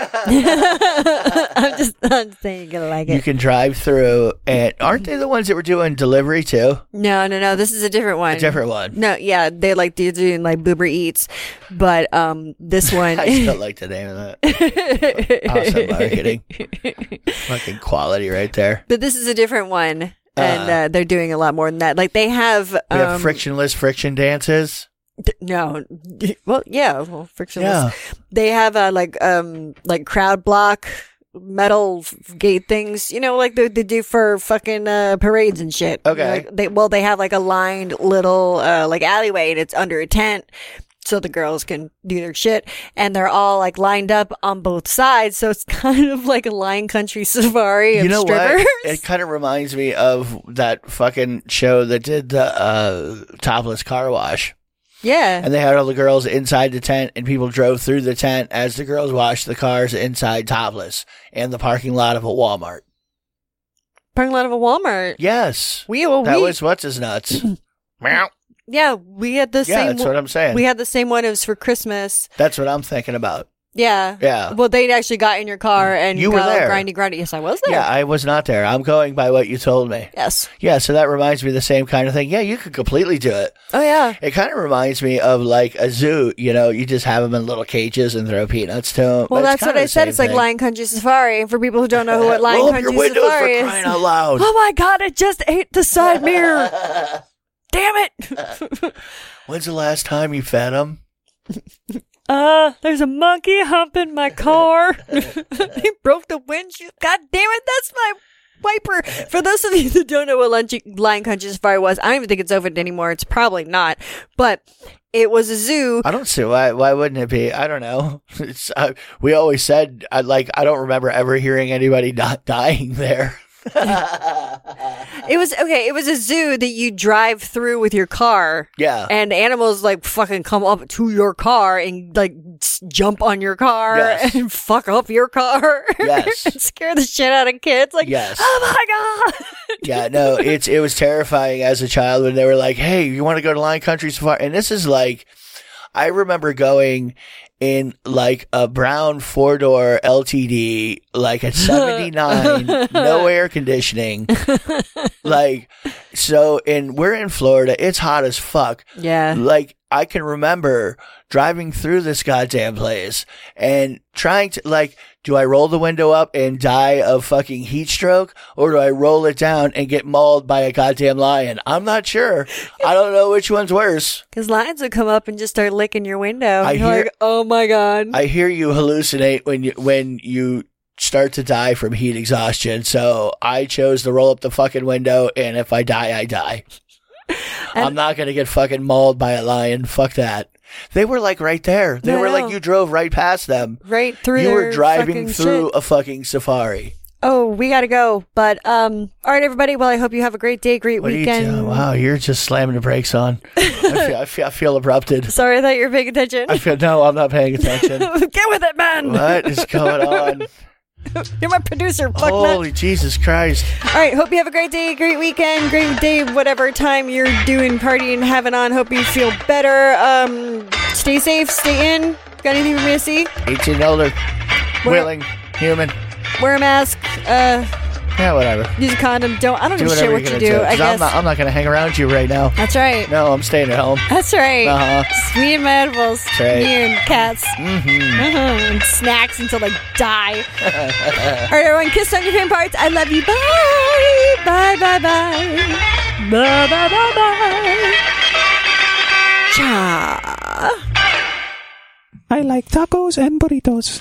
[SPEAKER 3] I'm just, I'm just saying you're gonna like
[SPEAKER 4] You
[SPEAKER 3] it.
[SPEAKER 4] can drive through, and aren't they the ones that were doing delivery too?
[SPEAKER 3] No, no, no. This is a different one.
[SPEAKER 4] A different one.
[SPEAKER 3] No, yeah, they like they're doing like Boober Eats, but um, this one.
[SPEAKER 4] I still like the name of that. Awesome marketing, fucking quality right there.
[SPEAKER 3] But this is a different one, and uh, they're doing a lot more than that. Like they have. Um,
[SPEAKER 4] We have frictionless friction dances.
[SPEAKER 3] d- no, well, yeah, well, frictionless.
[SPEAKER 4] Yeah,
[SPEAKER 3] they have uh, like um like crowd block metal f- gate things you know like they, they do for fucking uh, parades and shit
[SPEAKER 4] Okay.
[SPEAKER 3] like they well they have like a lined little uh, like alleyway and it's under a tent so the girls can do their shit and they're all like lined up on both sides so it's kind of like a lion country safari of
[SPEAKER 4] you know
[SPEAKER 3] strippers
[SPEAKER 4] what? It kind of reminds me of that fucking show that did the uh, topless car wash,
[SPEAKER 3] yeah
[SPEAKER 4] and they had all the girls inside the tent, and people drove through the tent as the girls washed the cars inside topless in the parking lot of a Walmart.
[SPEAKER 3] parking lot of a walmart
[SPEAKER 4] Yes,
[SPEAKER 3] we, well,
[SPEAKER 4] that
[SPEAKER 3] we
[SPEAKER 4] was what's his nuts. Meow.
[SPEAKER 3] yeah we had the
[SPEAKER 4] Yeah,
[SPEAKER 3] same
[SPEAKER 4] that's
[SPEAKER 3] one-
[SPEAKER 4] what I'm saying.
[SPEAKER 3] we had the same one it was for christmas
[SPEAKER 4] That's what I'm thinking about.
[SPEAKER 3] Yeah.
[SPEAKER 4] Yeah.
[SPEAKER 3] Well, they actually got in your car and
[SPEAKER 4] You were
[SPEAKER 3] got all
[SPEAKER 4] there.
[SPEAKER 3] grindy, grindy. Yes, I was there.
[SPEAKER 4] Yeah, I was not there. I'm going by what you told me.
[SPEAKER 3] yes.
[SPEAKER 4] Yeah, so that reminds me of the same kind of thing. Yeah, you could completely do it.
[SPEAKER 3] Oh yeah.
[SPEAKER 4] It kind of reminds me of like a zoo. You know, you just have them in little cages and throw peanuts to them.
[SPEAKER 3] Well, that's what I said. It's like Lion Country Safari. And for people who don't know what Lion
[SPEAKER 4] Roll up
[SPEAKER 3] Country
[SPEAKER 4] your windows for
[SPEAKER 3] Safari
[SPEAKER 4] crying
[SPEAKER 3] is,
[SPEAKER 4] out loud.
[SPEAKER 3] oh my god, I just ate the side mirror. Damn it.
[SPEAKER 4] When's the last time you fed them?
[SPEAKER 3] uh, there's a monkey humping my car. he broke the windshield. God damn it, that's my wiper. For those of you that don't know what Lunch- Lion Country Safari was, I don't even think it's open anymore. It's probably not, but it was a zoo.
[SPEAKER 4] I don't see why. Why wouldn't it be? I don't know. It's, uh, we always said I like. I don't remember ever hearing anybody not dying there.
[SPEAKER 3] It was okay. It was a zoo that you drive through with your car.
[SPEAKER 4] Yeah.
[SPEAKER 3] And animals like fucking come up to your car and like s- jump on your car
[SPEAKER 4] Yes.
[SPEAKER 3] and fuck up your car.
[SPEAKER 4] Yes.
[SPEAKER 3] and scare the shit out of kids. Like,
[SPEAKER 4] Yes.
[SPEAKER 3] oh my God.
[SPEAKER 4] yeah, no, it's it was terrifying as a child when they were like, "Hey, you want to go to Lion Country Safari?" And this is like, I remember going in like a brown four door LTD, like at seventy nine, no air conditioning, like so. And we're in Florida; it's hot as fuck.
[SPEAKER 3] Yeah.
[SPEAKER 4] Like I can remember driving through this goddamn place and trying to like, do I roll the window up and die of fucking heat stroke or do I roll it down and get mauled by a goddamn lion? I'm not sure. I don't know which one's worse.
[SPEAKER 3] Because lions would come up and just start licking your window.
[SPEAKER 4] I
[SPEAKER 3] You're
[SPEAKER 4] hear-
[SPEAKER 3] like, oh my God.
[SPEAKER 4] I hear you hallucinate when you, when you start to die from heat exhaustion. So I chose to roll up the fucking window, and if I die, I die. I'm not gonna get fucking mauled by a lion. Fuck that. They were like right there. They
[SPEAKER 3] No, I
[SPEAKER 4] were
[SPEAKER 3] know.
[SPEAKER 4] like you drove right past them.
[SPEAKER 3] Right through
[SPEAKER 4] You
[SPEAKER 3] their
[SPEAKER 4] were driving
[SPEAKER 3] fucking
[SPEAKER 4] through
[SPEAKER 3] shit.
[SPEAKER 4] a fucking safari.
[SPEAKER 3] Oh, we gotta go. But um, all right, everybody. Well, I hope you have a great day, great
[SPEAKER 4] What
[SPEAKER 3] weekend.
[SPEAKER 4] are you doing? Wow, you're just slamming the brakes on. I, feel, I, feel, I feel abrupted.
[SPEAKER 3] Sorry that you're paying attention.
[SPEAKER 4] I feel no, I'm not paying attention.
[SPEAKER 3] Get with it, man.
[SPEAKER 4] what is going on?
[SPEAKER 3] You're my producer. Fuck
[SPEAKER 4] Holy Jesus Christ!
[SPEAKER 3] All right. Hope you have a great day, great weekend, great day, whatever time you're doing partying, having on. Hope you feel better. Um, stay safe, stay in. Got anything for me to see?
[SPEAKER 4] 18 and older, willing, human.
[SPEAKER 3] Wear a mask. Uh,
[SPEAKER 4] Yeah, whatever.
[SPEAKER 3] use a condom. Don't. I don't
[SPEAKER 4] Do
[SPEAKER 3] give a
[SPEAKER 4] whatever
[SPEAKER 3] shit
[SPEAKER 4] you're
[SPEAKER 3] what you
[SPEAKER 4] gonna
[SPEAKER 3] do.
[SPEAKER 4] do. 'cause
[SPEAKER 3] I guess.
[SPEAKER 4] I'm not. I'm not gonna hang around you right now.
[SPEAKER 3] That's right.
[SPEAKER 4] No, I'm staying at home.
[SPEAKER 3] That's right.
[SPEAKER 4] Uh-huh.
[SPEAKER 3] Just Me and my edibles.
[SPEAKER 4] right. Mm-hmm.
[SPEAKER 3] Me and cats. Uh-huh. And snacks until I die. All right, everyone, kiss on your fan parts. I love you. Bye. Bye, bye, bye. Bye, bye, bye, bye. Cha.
[SPEAKER 9] I like tacos and burritos.